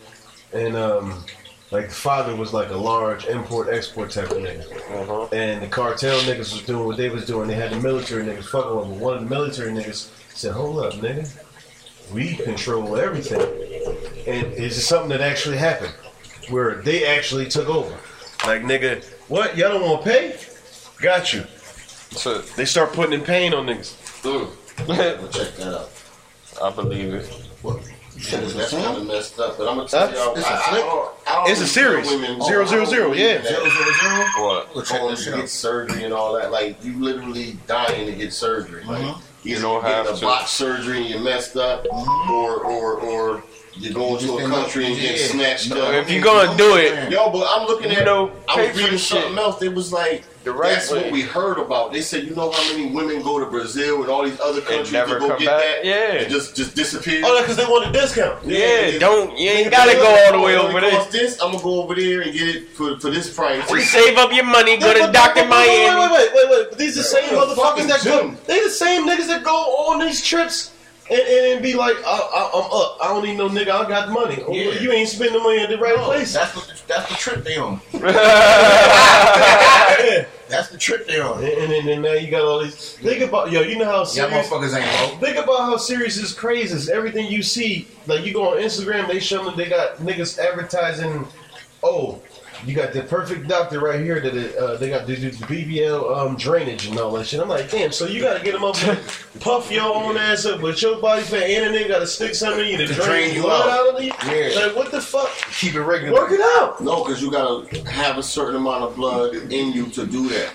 Speaker 5: and um like the father was like a large import export type of nigga, and the cartel niggas was doing what they was doing. They had the military niggas fucking with them. One of the military niggas said, "Hold up, nigga, we control everything," and it's just something that actually happened where they actually took over. Like nigga, what y'all don't want to pay? Got you.
Speaker 4: So
Speaker 5: They start putting in pain on niggas.
Speaker 2: Mm.
Speaker 4: I
Speaker 2: Well, check that out.
Speaker 4: believe it.
Speaker 2: Yeah, that's kind of messed up, but I'm going to tell
Speaker 5: Huh?
Speaker 2: y'all.
Speaker 3: It's
Speaker 2: I-
Speaker 3: a
Speaker 2: I- I
Speaker 3: flick?
Speaker 2: don't- I
Speaker 5: It's a
Speaker 2: don't
Speaker 5: series.
Speaker 2: feel women-
Speaker 5: Zero, zero,
Speaker 2: I don't
Speaker 5: zero,
Speaker 2: believe
Speaker 5: yeah.
Speaker 2: in Oh, that.
Speaker 4: What?
Speaker 3: Go check
Speaker 2: going
Speaker 3: this
Speaker 2: to
Speaker 3: shit
Speaker 2: get
Speaker 3: out.
Speaker 2: surgery and all that. Like you literally dying to get surgery. Like
Speaker 3: Mm-hmm.
Speaker 2: either
Speaker 4: You don't
Speaker 2: you're getting
Speaker 4: have
Speaker 2: a
Speaker 4: to.
Speaker 2: botch surgery and you're messed up, or or or you're going to
Speaker 3: Just
Speaker 2: a
Speaker 3: in
Speaker 2: country and getting
Speaker 3: yeah.
Speaker 2: snatched
Speaker 3: No,
Speaker 2: up.
Speaker 4: If you gonna do it,
Speaker 2: Yo, but I'm looking
Speaker 4: You
Speaker 2: at.
Speaker 4: know,
Speaker 2: I
Speaker 4: pay
Speaker 2: was
Speaker 4: for
Speaker 2: reading
Speaker 4: the shit.
Speaker 2: something else. It was like
Speaker 4: The right
Speaker 2: that's
Speaker 4: way.
Speaker 2: what we heard about. They said, you know how many women go to Brazil and all these other countries
Speaker 4: never
Speaker 2: to go
Speaker 4: come
Speaker 2: get
Speaker 4: back?
Speaker 2: that,
Speaker 4: Yeah.
Speaker 2: and just just disappear.
Speaker 5: Oh, because they want a discount.
Speaker 4: yeah, don't you ain't
Speaker 2: Nigga,
Speaker 4: gotta
Speaker 2: Brazil,
Speaker 4: go all the way
Speaker 2: it
Speaker 4: over there.
Speaker 2: costs This, I'm gonna go over there and get it for for this price.
Speaker 4: You save up your money, go to Doctor Miami.
Speaker 5: Wait, wait, wait, wait, wait. These the same
Speaker 2: Fucking
Speaker 5: motherfuckers that go.
Speaker 2: gym.
Speaker 5: They the same niggas that go on these trips and, and, and be like, I, I, I'm up. I don't need no nigga. I got money. Oh,
Speaker 3: Yeah.
Speaker 5: You ain't spending the money at the right
Speaker 3: No,
Speaker 5: place.
Speaker 3: That's what the, that's the trip they on.
Speaker 5: Yeah.
Speaker 3: That's the trip they on.
Speaker 5: And, and, and, now you got all these. Think about yo. You know how
Speaker 3: Y'all
Speaker 5: serious.
Speaker 3: motherfuckers ain't low.
Speaker 5: Think about how serious this craze is. Everything you see, like you go on Instagram, they show them they got niggas advertising. Oh, you got the perfect doctor right here that it, uh, they got to do the BBL um, drainage and all that shit. I'm like, damn. So you got to get them up, and puff your own ass up with your body fat, and then they got to stick something in you to
Speaker 3: To
Speaker 5: drain
Speaker 3: drain
Speaker 5: you
Speaker 3: you
Speaker 5: blood
Speaker 3: out.
Speaker 5: out of you.
Speaker 3: Yeah.
Speaker 5: Like what the fuck?
Speaker 3: Keep it regular.
Speaker 5: Work it out.
Speaker 2: No, because you gotta have a certain amount of blood in you to do that.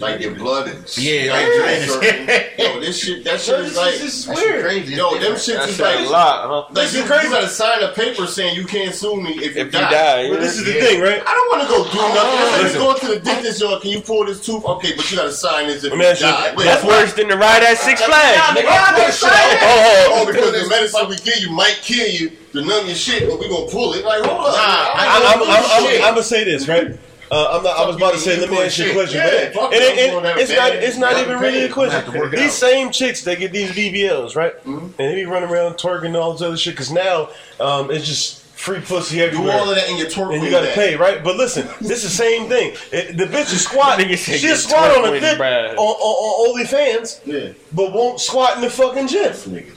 Speaker 2: Like your blood is. like
Speaker 3: Yeah, like
Speaker 2: drainage.
Speaker 3: drainage.
Speaker 2: Yo, this shit, that shit
Speaker 5: No,
Speaker 2: is
Speaker 5: this,
Speaker 2: like.
Speaker 5: is, this is
Speaker 3: That shit
Speaker 5: weird.
Speaker 3: crazy.
Speaker 2: Yo, them
Speaker 3: It's
Speaker 2: shits
Speaker 4: That's
Speaker 2: is
Speaker 4: a
Speaker 2: like.
Speaker 4: lot, huh?
Speaker 2: Like
Speaker 5: This
Speaker 2: you,
Speaker 5: is crazy.
Speaker 2: you gotta sign a paper saying you can't sue me if you
Speaker 4: If you
Speaker 2: die.
Speaker 4: die,
Speaker 5: But
Speaker 4: yeah.
Speaker 5: this is the
Speaker 3: Yeah.
Speaker 5: thing, right?
Speaker 2: I don't want to go do nothing. Let's
Speaker 5: Listen.
Speaker 2: go to the dentist. Yo, can you pull this tooth? Okay, but you gotta sign this if
Speaker 5: Let
Speaker 2: you
Speaker 5: me ask you-
Speaker 2: die. Wait,
Speaker 4: That's worse than the ride at Six Flags.
Speaker 2: Nigga, I'm not signing it.
Speaker 4: Oh,
Speaker 2: Oh, because the medicine we give you might kill you to numb your shit, but we gonna pull it. Like, hold up. Nah,
Speaker 5: I'm, I'm, I'm, I'm gonna say this, right? Uh, I'm not, I was about to say, let me ask you a question.
Speaker 2: Yeah,
Speaker 5: but
Speaker 2: fuck
Speaker 5: it,
Speaker 2: it,
Speaker 5: it-
Speaker 2: I'm going out of
Speaker 5: it's not,
Speaker 2: bed.
Speaker 5: it's not
Speaker 2: Out of
Speaker 5: even really
Speaker 2: bed.
Speaker 5: a
Speaker 3: Have to
Speaker 5: question.
Speaker 3: work it
Speaker 5: These
Speaker 3: out.
Speaker 5: same chicks, they get these VBLs, right? And they be running around twerking and all this other shit because now um, it's just free pussy
Speaker 2: Do
Speaker 5: everywhere.
Speaker 2: all of that in your twerk
Speaker 5: and you
Speaker 2: wing
Speaker 5: gotta
Speaker 2: back.
Speaker 5: pay, right? But listen, this is the same thing. It- the bitch is squatting.
Speaker 4: Nigga said
Speaker 5: She'll
Speaker 4: get
Speaker 5: squat on a
Speaker 4: 20,
Speaker 5: dick
Speaker 4: bruh.
Speaker 5: on, on, on OnlyFans,
Speaker 2: Yeah.
Speaker 5: but won't squat in the fucking gym.
Speaker 2: Nigga.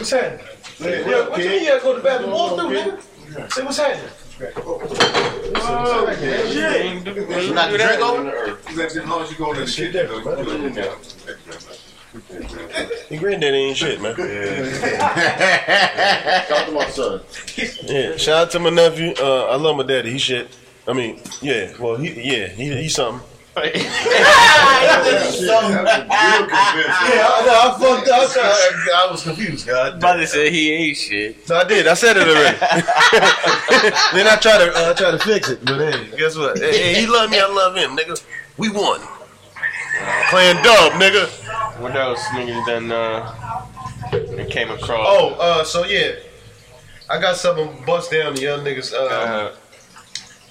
Speaker 5: What's happening?
Speaker 2: Yeah,
Speaker 5: Yeah, what you mean you gotta go to the bathroom?
Speaker 2: Come
Speaker 5: Walk
Speaker 2: on,
Speaker 5: through, nigga. Say what's happening.
Speaker 4: Shit.
Speaker 2: You not the drink over?
Speaker 7: As long as you go to the shit, though, you do it now.
Speaker 5: Your granddaddy ain't shit, man.
Speaker 2: Talk to my son.
Speaker 5: Yeah, shout out to my nephew. Uh, I love my daddy. He shit. I mean, yeah. Well, he yeah, he, he something. Yeah, I, no, I fucked up. I, was- I was confused, God. damn.
Speaker 4: Brother said he ain't shit.
Speaker 5: No, I did. I said it already. then I try to uh, try to fix it, but hey, guess what? Hey, hey, he love me. I love him, nigga. We won. Playing dub, nigga.
Speaker 4: What else, niggas done uh, that came across?
Speaker 5: Oh, uh, so yeah, I got something bust down the young niggas, uh,
Speaker 4: Uh,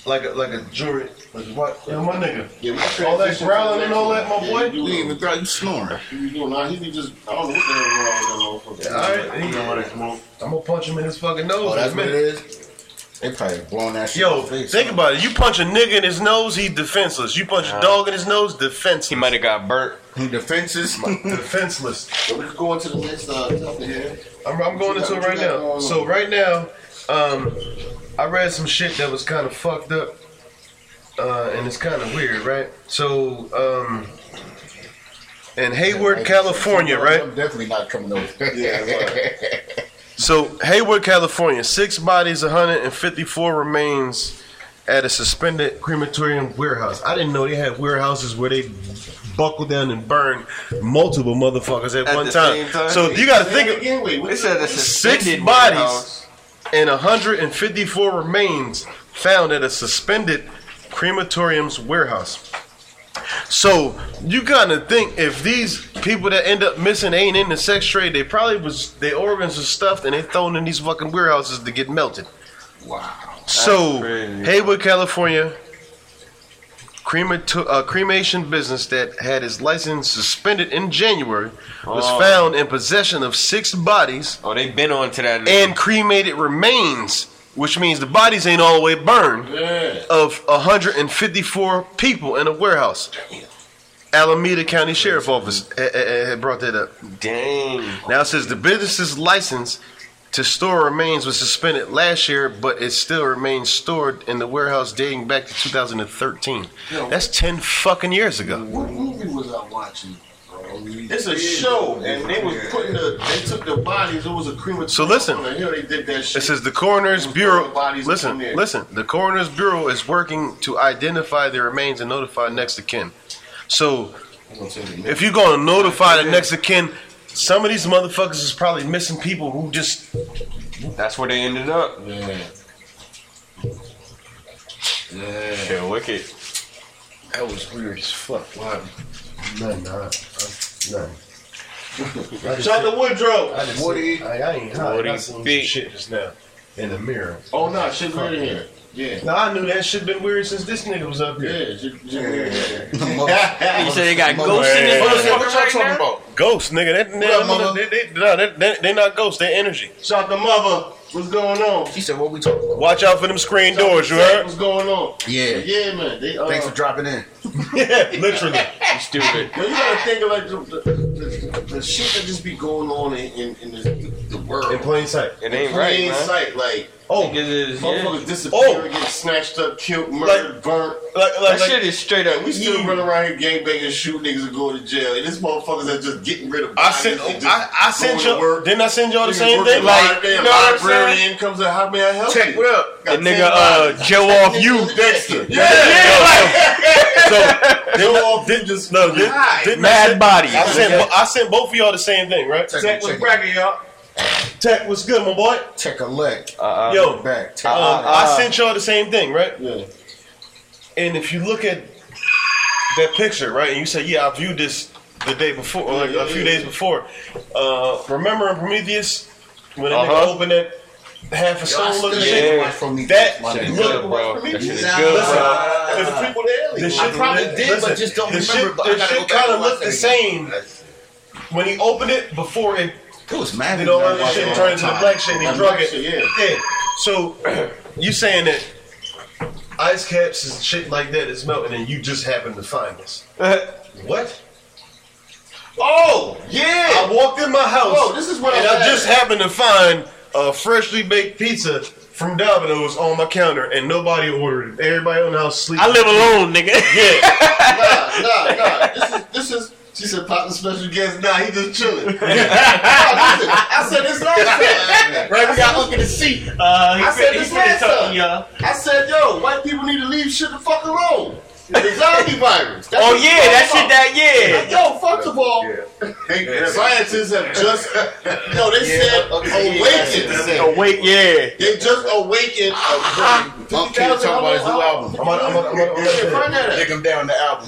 Speaker 5: like a like a jewelry. What? Yeah, my nigga.
Speaker 2: Yeah, we
Speaker 5: All that growling and all that, my boy.
Speaker 3: You ain't even thought you snoring.
Speaker 2: You doing nah, he be just I don't know what the hell wrong with that motherfucker.
Speaker 5: All right, he- I'm gonna punch him in his fucking nose.
Speaker 3: Oh,
Speaker 5: in a
Speaker 3: that's what it
Speaker 5: minute.
Speaker 3: is. They probably blowing that shit.
Speaker 5: Yo,
Speaker 3: in the face.
Speaker 5: think about it. You punch a nigga in his nose, he defenseless. You punch a dog in his nose, defenseless.
Speaker 4: he might have got burnt.
Speaker 3: He defenses.
Speaker 5: defenseless.
Speaker 2: So let's go into the next uh topic here.
Speaker 5: I'm, I'm going into it right now. So right now, um, I read some shit that was kind of fucked up, uh, and it's kind of weird, right? So um, in Hayward, California, right?
Speaker 3: I'm definitely not coming over.
Speaker 5: So Hayward, California, six bodies, 154 remains at a suspended crematorium warehouse. I didn't know they had warehouses where they buckle down and burn multiple motherfuckers at,
Speaker 4: At
Speaker 5: one
Speaker 4: the
Speaker 5: time.
Speaker 4: same time?
Speaker 5: So you got to think. of-
Speaker 2: Again, wait, what
Speaker 4: They said a
Speaker 5: Six
Speaker 4: suspended
Speaker 5: bodies.
Speaker 4: warehouse.
Speaker 5: and 154 remains found at a suspended crematorium's warehouse. So you gotta think if these people that end up missing ain't in the sex trade, they probably was their organs are stuffed and they thrown in these fucking warehouses to get melted. Wow. So
Speaker 4: crazy.
Speaker 5: Hayward, California, cremato- uh, cremation business that had its license suspended in January was
Speaker 4: Oh.
Speaker 5: found in possession of six bodies
Speaker 4: Oh, they been on to that. nigga.
Speaker 5: and cremated remains, which means the bodies ain't all the way burned, of 154 people in a warehouse. Alameda County Sheriff Office eh, eh, eh, had brought that up.
Speaker 4: Dang.
Speaker 5: Now it says the business's license to store remains was suspended last year, but it still remains stored in the warehouse dating back to 2013. That's 10 fucking years ago.
Speaker 2: What movie was I watching? bro? It's a show, and they was putting the. They took the bodies. It was a crematorium.
Speaker 5: So listen.
Speaker 2: on the hill, they did that shit.
Speaker 5: It says the coroner's
Speaker 2: Those
Speaker 5: bureau.
Speaker 2: dead bodies
Speaker 5: Listen,
Speaker 2: in there.
Speaker 5: listen. The coroner's bureau is working to identify the remains and notify next of kin. So
Speaker 2: I'm gonna tell you now.
Speaker 5: If you're gonna notify the next of kin, some of these motherfuckers is probably missing people who just
Speaker 4: That's where they ended up.
Speaker 2: Yeah. Yeah.
Speaker 4: Shit, wicked.
Speaker 5: that was weird as fuck.
Speaker 2: Wow.
Speaker 5: Nothing, huh? nothing.
Speaker 2: Shut the Woodrow.
Speaker 5: I just
Speaker 2: Woody.
Speaker 5: I, I ain't high.
Speaker 4: Woody
Speaker 5: I seen some
Speaker 4: Big.
Speaker 5: shit just now in the mirror.
Speaker 2: Oh no, shit weird in here. Yeah.
Speaker 5: Now I knew that shit been weird since this nigga was up here.
Speaker 2: Yeah, shit, shit weird in here.
Speaker 4: You said they got ghosts in
Speaker 5: What
Speaker 4: this
Speaker 5: y'all
Speaker 4: motherfucker right now?
Speaker 2: about?
Speaker 5: Ghosts, nigga. That,
Speaker 2: up, mama?
Speaker 5: they, they, no, they, they, they not ghosts. They energy.
Speaker 2: Shout the mother. What's going on?
Speaker 3: She said, "What we talking about?"
Speaker 5: Watch out for them screen doors. You heard?
Speaker 2: What's going on?
Speaker 3: Yeah.
Speaker 2: Yeah, man. They, uh,
Speaker 3: Thanks for dropping in.
Speaker 5: yeah, literally.
Speaker 4: You stupid.
Speaker 2: Well, you gotta think of like the, the, the, the shit that just be going on in, in, in the, the world.
Speaker 5: In plain sight.
Speaker 4: It ain't right,
Speaker 2: Plain
Speaker 4: man.
Speaker 2: sight, like
Speaker 5: Oh, like,
Speaker 4: Niggas is-
Speaker 2: motherfuckers
Speaker 4: yeah.
Speaker 2: disappear,
Speaker 5: Oh.
Speaker 2: get snatched up, killed, murdered, burnt.
Speaker 5: like,
Speaker 4: That
Speaker 5: like
Speaker 4: shit is straight up.
Speaker 2: We still run around here gangbanging, shoot niggas, and go to jail. And this motherfuckers are just getting rid of.
Speaker 5: I
Speaker 2: bodies
Speaker 5: sent.
Speaker 2: and just
Speaker 5: I, I sent
Speaker 2: going to
Speaker 5: y'all.
Speaker 2: work.
Speaker 5: Didn't I send y'all the
Speaker 2: Niggas
Speaker 5: same
Speaker 2: working
Speaker 5: thing?
Speaker 2: library,
Speaker 4: Like, you
Speaker 2: and
Speaker 4: know what I'm
Speaker 2: librarian
Speaker 4: saying?
Speaker 2: comes and how may I help
Speaker 3: Check
Speaker 2: you?
Speaker 3: what up.
Speaker 4: The
Speaker 2: Got ten
Speaker 4: nigga uh,
Speaker 2: bodies.
Speaker 4: Joe off you.
Speaker 2: Dexter. Yeah,
Speaker 5: So didn't I-
Speaker 2: off you
Speaker 5: didn't-
Speaker 2: just
Speaker 5: no, didn't-
Speaker 2: died.
Speaker 5: didn't I
Speaker 4: Mad
Speaker 5: send-
Speaker 4: body.
Speaker 5: I sent, bo- I sent both of y'all the same thing, right?
Speaker 2: Check
Speaker 3: Check, check,
Speaker 2: was
Speaker 3: check,
Speaker 2: bragging, y'all.
Speaker 5: Tech, what's good, my boy?
Speaker 3: check a leg.
Speaker 4: Uh-uh.
Speaker 5: Yo, um,
Speaker 3: Back. Check
Speaker 5: I sent y'all the same thing, right?
Speaker 2: Yeah.
Speaker 5: And if you look at that picture, right, and you say, "Yeah, I viewed this the day before, or like a few days before," uh, remember in Prometheus when that
Speaker 4: Uh-huh.
Speaker 5: nigga opened that half a stone looking shit?
Speaker 4: Yeah.
Speaker 3: from me.
Speaker 5: That
Speaker 3: my
Speaker 4: Shit
Speaker 3: nigga.
Speaker 4: is good, bro. That shit is good,
Speaker 5: Listen,
Speaker 4: bro.
Speaker 5: if people there,
Speaker 3: I probably did, but just don't
Speaker 5: the
Speaker 3: remember,
Speaker 5: Shit,
Speaker 3: but I
Speaker 5: the
Speaker 3: gotta
Speaker 5: shit
Speaker 3: go back
Speaker 5: kind of
Speaker 3: and watch
Speaker 5: looked
Speaker 3: that
Speaker 5: the same when he opened it before it
Speaker 3: It was mad.
Speaker 5: You know, all this shit turned into the black shit and he drug it.
Speaker 2: Yeah.
Speaker 5: Yeah. So you saying that ice caps and shit like that is melting, and you just happen to find this? what? Oh yeah! I walked in my house.
Speaker 2: Whoa, this is what
Speaker 5: and
Speaker 2: I'm
Speaker 5: I just happened to find a freshly baked pizza from Domino's on my counter, and nobody ordered it. Everybody on the house sleeping.
Speaker 4: I live alone, nigga.
Speaker 5: Yeah.
Speaker 2: Nah, nah, nah. This is this is. She said, "Pop the special guest." Nah, he just chilling. Nah, listen, I said this last time. Right, we got looking to see.
Speaker 6: Uh,
Speaker 2: I said this last time.
Speaker 6: y'all.
Speaker 2: I said, "Yo, white people need to leave shit the fuck alone." The zombie virus. That's
Speaker 4: oh
Speaker 2: what
Speaker 4: yeah, that shit.
Speaker 2: it's
Speaker 4: That yeah.
Speaker 2: all about. Yo, first of all, scientists have just. No, they said awakened.
Speaker 4: Oh wait, yeah.
Speaker 2: They just awakened.
Speaker 3: I'm talking about his new album.
Speaker 5: I'm on, I'm on, I'm on, I'm on-
Speaker 2: Yeah, run that up.
Speaker 3: Dig him down the album.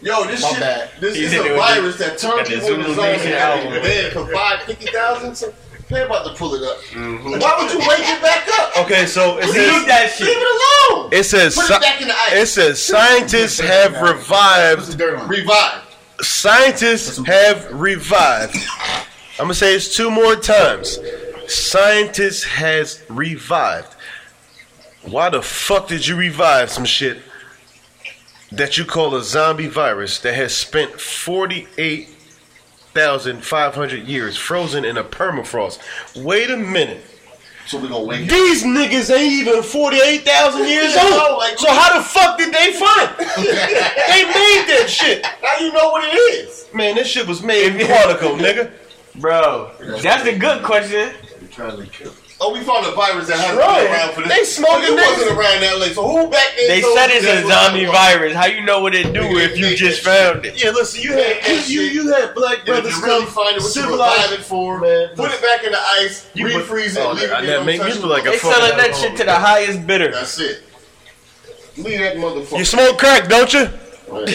Speaker 2: Yo, this
Speaker 3: My
Speaker 2: shit,
Speaker 3: bad.
Speaker 2: this
Speaker 4: He's
Speaker 2: is
Speaker 4: in
Speaker 2: a
Speaker 4: there with
Speaker 2: virus that turned
Speaker 4: got the
Speaker 2: people into
Speaker 4: Zulu
Speaker 2: zombies.
Speaker 4: Nation
Speaker 2: Man,
Speaker 4: album.
Speaker 2: man, for five fifty thousand. so- They about to pull it up. Why would you wake it back up?
Speaker 5: Okay, so it
Speaker 4: Leave
Speaker 5: says
Speaker 4: that
Speaker 2: Leave it
Speaker 4: shit.
Speaker 2: alone.
Speaker 5: it says
Speaker 2: Put
Speaker 5: sci-
Speaker 2: it back in the
Speaker 5: it
Speaker 2: ice.
Speaker 5: says scientists have revived
Speaker 3: What's the dirt on?
Speaker 2: Revive.
Speaker 5: Scientists have revived. I'm gonna say this two more times. Scientists has revived. Why the fuck did you revive some shit that you call a zombie virus that has spent 48,500 years frozen in a permafrost? Wait a minute.
Speaker 2: So we gonna wake it.
Speaker 5: These niggas ain't even 48,000 years old. So how the fuck did they find? it? they made that shit.
Speaker 2: Now you know what it is.
Speaker 5: Man, this shit was made in Quantico, nigga.
Speaker 4: Bro, that's a good question.
Speaker 2: Oh, we found a virus that hasn't
Speaker 5: Right.
Speaker 2: been around for this.
Speaker 5: They smoking
Speaker 2: oh, you
Speaker 5: niggas.
Speaker 2: wasn't around that late. So who back then?
Speaker 4: They
Speaker 2: told
Speaker 4: said
Speaker 2: you
Speaker 4: it's
Speaker 2: that's
Speaker 4: a
Speaker 2: what I
Speaker 4: zombie
Speaker 2: want?
Speaker 4: virus. How you know what it do if you just found it?
Speaker 5: Yeah, listen, you had you, you had black
Speaker 2: If
Speaker 5: brothers
Speaker 2: you really
Speaker 5: come
Speaker 2: find it, what you revive
Speaker 5: civilized.
Speaker 2: it for?
Speaker 5: Man,
Speaker 2: Put it back in the ice,
Speaker 5: You put-
Speaker 2: refreeze it,
Speaker 5: Oh,
Speaker 2: leave
Speaker 5: that-
Speaker 2: it.
Speaker 5: that
Speaker 2: in
Speaker 5: make me
Speaker 2: untouchable.
Speaker 5: look like a
Speaker 4: They selling that shit to the highest bidder.
Speaker 2: That's it. Leave that motherfucker.
Speaker 5: You smoke crack, don't you?
Speaker 2: Damn,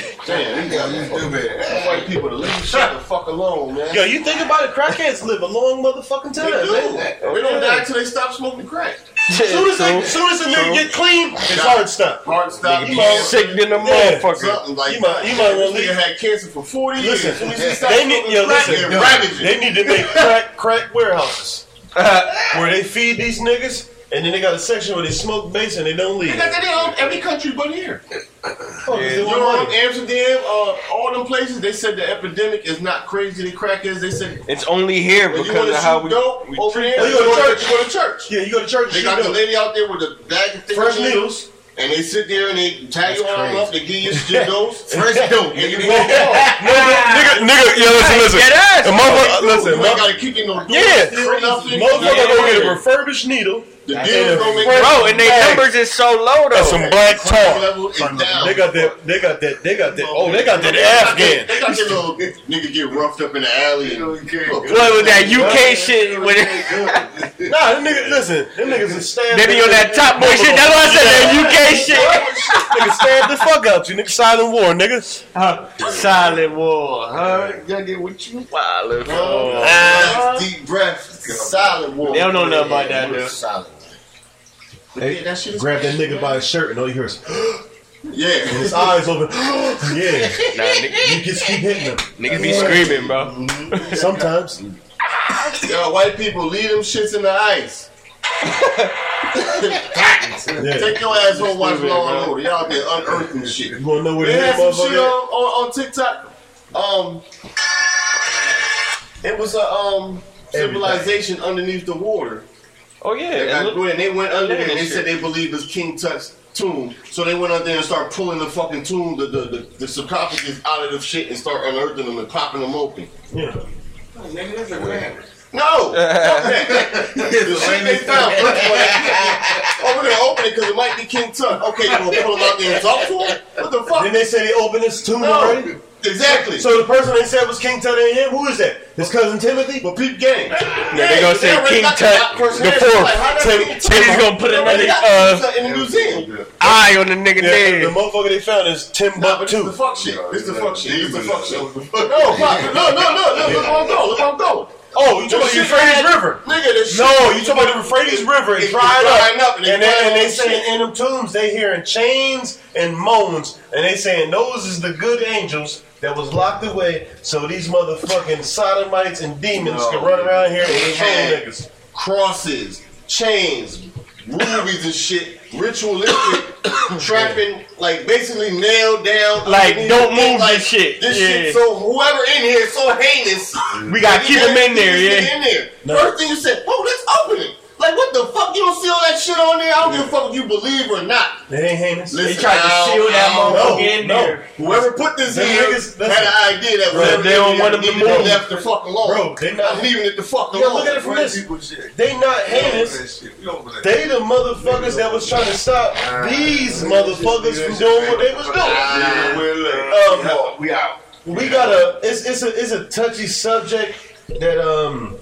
Speaker 2: you got me stupid. Some white people to leave shit the fuck alone, man.
Speaker 5: Yo, you think about it, crackheads live a long motherfucking
Speaker 2: They
Speaker 5: time.
Speaker 2: do.
Speaker 5: man.
Speaker 2: They don't die until they stop smoking crack.
Speaker 5: Soon as, they, soon as a nigga get clean, it's hard stuff.
Speaker 2: Heart stop.
Speaker 5: be
Speaker 2: cancer,
Speaker 4: Sick than a
Speaker 5: Yeah.
Speaker 4: motherfucker.
Speaker 2: Something like
Speaker 5: You might- you
Speaker 2: that.
Speaker 5: might wanna
Speaker 2: This
Speaker 5: leave.
Speaker 2: nigga had cancer for 40 years.
Speaker 5: Listen,
Speaker 2: Soon as he stopped
Speaker 5: they need
Speaker 2: smoking
Speaker 5: yo,
Speaker 2: crack,
Speaker 5: listen,
Speaker 2: it ravaged
Speaker 5: they
Speaker 2: it.
Speaker 5: need to make crack crack warehouses where they feed these niggas, and then they got a section where they smoke base and they don't leave.
Speaker 2: Because they own every country but here.
Speaker 5: Fuck, they want
Speaker 2: Europe,
Speaker 5: money.
Speaker 2: Amsterdam, uh, all them places, they said the epidemic is not crazy. The crack is. They said,
Speaker 4: It's only here
Speaker 2: if you
Speaker 4: because
Speaker 2: want
Speaker 4: of
Speaker 2: to
Speaker 4: how
Speaker 2: shoot
Speaker 4: we.
Speaker 2: dope
Speaker 4: we
Speaker 2: over
Speaker 4: treat
Speaker 2: there,
Speaker 5: them.
Speaker 2: you go to church. You go to church.
Speaker 5: Yeah, you go to church.
Speaker 2: They
Speaker 5: and
Speaker 2: got
Speaker 5: shit,
Speaker 2: the
Speaker 5: though.
Speaker 2: lady out there with the bag of
Speaker 5: Fresh
Speaker 2: fresh needles, and they sit there and they tie your arm up, they give you shit dose,
Speaker 3: Fresh dope.
Speaker 2: and you walk off.
Speaker 5: Nigga, nigga, yo, listen, listen.
Speaker 4: Get us.
Speaker 5: A motherfucker,
Speaker 2: You
Speaker 5: listen,
Speaker 2: ain't
Speaker 5: motherfucker,
Speaker 2: got to kick in no door.
Speaker 5: Yeah.
Speaker 2: feel nothing.
Speaker 5: motherfucker
Speaker 2: Yeah.
Speaker 5: gonna get a refurbished needle
Speaker 2: The deal's gonna make
Speaker 4: Bro, and
Speaker 5: Hey.
Speaker 4: their numbers is so low though.
Speaker 5: and some black
Speaker 2: Crime
Speaker 5: tar.
Speaker 2: level is down.
Speaker 5: They got that, they got that, they got that, oh, they got that Afghan.
Speaker 2: They got that little nigga get roughed up in the alley. And,
Speaker 4: What was that UK shit? When
Speaker 5: Nah, them niggas, listen, them niggas is stabbed.
Speaker 4: they be on that top boy shit. That's why I said that UK shit.
Speaker 5: Nigga stabbed the fuck out you, nigga. Silent war, nigga.
Speaker 4: Huh. Silent war, huh?
Speaker 2: Y'all get what you
Speaker 4: Silent war.
Speaker 2: want. Deep breath, solid war.
Speaker 4: They don't know nothing about that, dude.
Speaker 2: Solid. But yeah, that shit is
Speaker 5: Grab that nigga by his shirt and all you hear is
Speaker 2: yeah.
Speaker 5: his eyes open. yeah,
Speaker 4: Nah, niggas,
Speaker 5: you just keep hitting him.
Speaker 4: niggas be screaming, bro.
Speaker 5: Sometimes.
Speaker 2: Yo, Mm-hmm. white people, leave them shits in the ice.
Speaker 5: Yeah.
Speaker 2: Take your ass home, watch Law and Order. Y'all been unearthing shit.
Speaker 5: You wanna know where
Speaker 2: They
Speaker 5: the
Speaker 2: had
Speaker 5: hell
Speaker 2: some shit on,
Speaker 5: motherfucker?
Speaker 2: on, on TikTok. Um, it was a um civilization underneath the water.
Speaker 4: Oh yeah,
Speaker 2: They got
Speaker 4: and look-
Speaker 2: good and they went under
Speaker 4: Yeah,
Speaker 2: there and they
Speaker 4: shit.
Speaker 2: said they believed it's King Tut's tomb. So they went out there and started pulling the fucking tomb, the the, the, the sarcophagus out of the shit and start unearthing them and popping them open.
Speaker 5: Yeah.
Speaker 2: No! the shit they found. Over there, open it because it might be King Tut. Okay, you gonna pull him out there and talk to him? What the
Speaker 5: Then
Speaker 2: fuck?
Speaker 5: they say they opened his tomb already.
Speaker 2: No, exactly. So,
Speaker 5: So the person they said was King Tut and him, who is that? His cousin Timothy?
Speaker 2: but peep gang.
Speaker 4: yeah, they gonna say King Tut the fourth. Tim- Timmy's gonna put another uh,
Speaker 2: in the museum.
Speaker 4: eye on the
Speaker 5: Yeah, the
Speaker 4: nigga dead.
Speaker 5: motherfucker they found is
Speaker 2: Nah, but this
Speaker 5: Timbuktu.
Speaker 2: the fuck shit. This the fuck shit. This the fuck shit. No, fuck. No, no, no, no. Look where I'm going. Look where I'm going.
Speaker 5: Oh, you talking about the Euphrates River?
Speaker 2: Nigga, this shit.
Speaker 5: No, you talking about the Euphrates River? It
Speaker 2: It's
Speaker 5: dried
Speaker 2: drying
Speaker 5: up,
Speaker 2: up and
Speaker 5: and,
Speaker 2: they
Speaker 5: then
Speaker 2: burning
Speaker 5: and they
Speaker 2: shit.
Speaker 5: saying in them tombs they hearing chains and moans, and they saying those is the good angels that was locked away, so these motherfucking sodomites and demons
Speaker 2: No.
Speaker 5: can run around here
Speaker 2: They
Speaker 5: and
Speaker 2: had
Speaker 5: kill niggas.
Speaker 2: crosses, chains, rubies and shit, ritualistic trapping, like basically nailed down.
Speaker 4: Like,
Speaker 2: underneath
Speaker 4: don't
Speaker 2: the thing,
Speaker 4: move this shit.
Speaker 2: This
Speaker 4: Yeah.
Speaker 2: shit. So whoever in here is so heinous,
Speaker 4: We gotta keep them in there,
Speaker 2: Keep
Speaker 4: yeah.
Speaker 2: In there. First thing you said, oh, let's open it. Like what the fuck? You don't see all that shit on there. I don't give a fuck if you believe or not.
Speaker 5: They ain't heinous.
Speaker 2: Listen,
Speaker 4: tried to
Speaker 2: I don't-
Speaker 4: shield that
Speaker 2: I don't know.
Speaker 4: motherfucker in
Speaker 5: no.
Speaker 4: there.
Speaker 2: Whoever put this
Speaker 5: Them
Speaker 2: in
Speaker 5: niggas- listen.
Speaker 2: had an idea that
Speaker 4: Bro,
Speaker 2: whatever
Speaker 4: they don't want them to
Speaker 2: needed, they
Speaker 4: move.
Speaker 2: left the fuck alone.
Speaker 5: Bro, they not-
Speaker 2: I'm leaving it the fuck alone.
Speaker 5: Yeah, look at it from
Speaker 8: White
Speaker 5: this.
Speaker 8: people shit.
Speaker 5: They not
Speaker 8: We over
Speaker 5: heinous.
Speaker 8: that shit. We over that.
Speaker 5: They the motherfuckers that was trying to stop these motherfuckers from doing what they was doing.
Speaker 8: Yeah, we're
Speaker 5: Um,
Speaker 8: late. we out.
Speaker 5: We got a it's it's a it's a touchy subject that um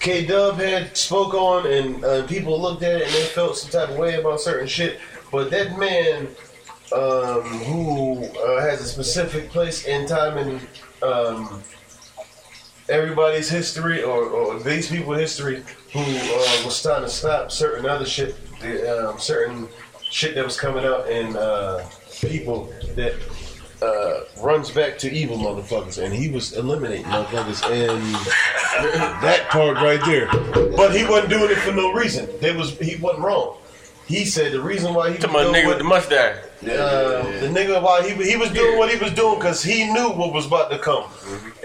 Speaker 5: K Dub had spoke on and uh, people looked at it and they felt some type of way about certain shit. But that man um who uh, has a specific place in time in um everybody's history or, or these people's history who uh, was trying to stop certain other shit the, um, certain shit that was coming out and uh people that uh, runs back to evil motherfuckers, and he was eliminating motherfuckers, and that part right there. But he wasn't doing it for no reason. They was he wasn't wrong. He said the reason why he was
Speaker 4: To my
Speaker 5: doing
Speaker 4: nigga
Speaker 5: what-
Speaker 4: with the mustache.
Speaker 5: uh, the nigga why he he was doing what he was doing because he knew what was about to come,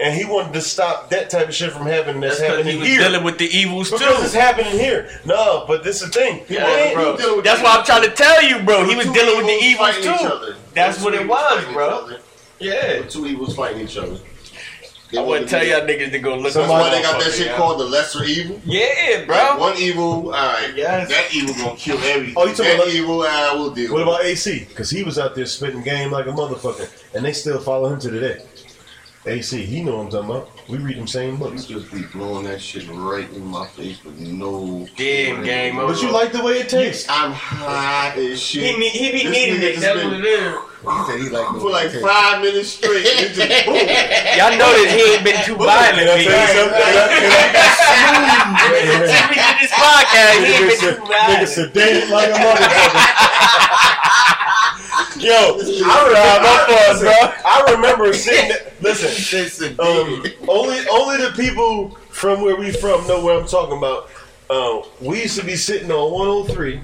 Speaker 5: and he wanted to stop that type of shit from happening. That's,
Speaker 4: Mm-hmm. That's because
Speaker 5: happening
Speaker 4: he was
Speaker 5: here.
Speaker 4: dealing with the evils too.
Speaker 5: because it's happening here. No, but this is the thing. He
Speaker 4: Yeah,
Speaker 5: wasn't,
Speaker 4: bro.
Speaker 2: dealing with
Speaker 4: That's
Speaker 2: the
Speaker 4: why I'm trying to tell you, bro. He
Speaker 2: Two
Speaker 4: was dealing with the
Speaker 2: evils
Speaker 4: evils
Speaker 2: fighting each
Speaker 4: too.
Speaker 2: other.
Speaker 4: That's
Speaker 2: Two
Speaker 4: what it
Speaker 2: evils
Speaker 4: was,
Speaker 2: fighting
Speaker 4: bro.
Speaker 2: each other.
Speaker 4: Yeah.
Speaker 2: Two evils fighting each other. They
Speaker 4: I
Speaker 2: wanted
Speaker 4: wouldn't
Speaker 2: to
Speaker 4: tell
Speaker 2: be-
Speaker 4: y'all niggas to go look
Speaker 2: That's why they got
Speaker 4: motherfucker,
Speaker 2: that shit
Speaker 4: yeah.
Speaker 2: called the lesser evil.
Speaker 4: Yeah,
Speaker 2: Like,
Speaker 4: bro.
Speaker 2: one evil, alright.
Speaker 4: Yes.
Speaker 2: That evil gonna kill everything.
Speaker 5: Oh, you talking
Speaker 2: that
Speaker 5: about-
Speaker 2: evil, I will deal
Speaker 5: What
Speaker 2: with.
Speaker 5: about AC? Because he was out there spitting game like a motherfucker, and they still follow him to the day. AC, he know what I'm talking about. We read them same
Speaker 2: You
Speaker 5: books.
Speaker 2: just be blowing that shit right in my face with no.
Speaker 4: Damn, game over.
Speaker 5: But you like the way it tastes.
Speaker 2: I'm high as shit.
Speaker 4: He, need- he be
Speaker 2: This
Speaker 4: needing
Speaker 2: nigga
Speaker 4: it.
Speaker 2: just
Speaker 4: That's
Speaker 2: been-
Speaker 4: what it is.
Speaker 2: for like five minutes straight. It just boom.
Speaker 4: Y'all know that he ain't been too violent.
Speaker 5: Can I tell you
Speaker 4: B.
Speaker 5: something? Can I- can I-
Speaker 4: Since we did this podcast, he ain't been
Speaker 5: Nigga
Speaker 4: too violent.
Speaker 5: sedated like a motherfucker. Yo, I remember, I remember sitting. Listen, um, only only the people from where we from know where I'm talking about. Uh, we used to be sitting on 103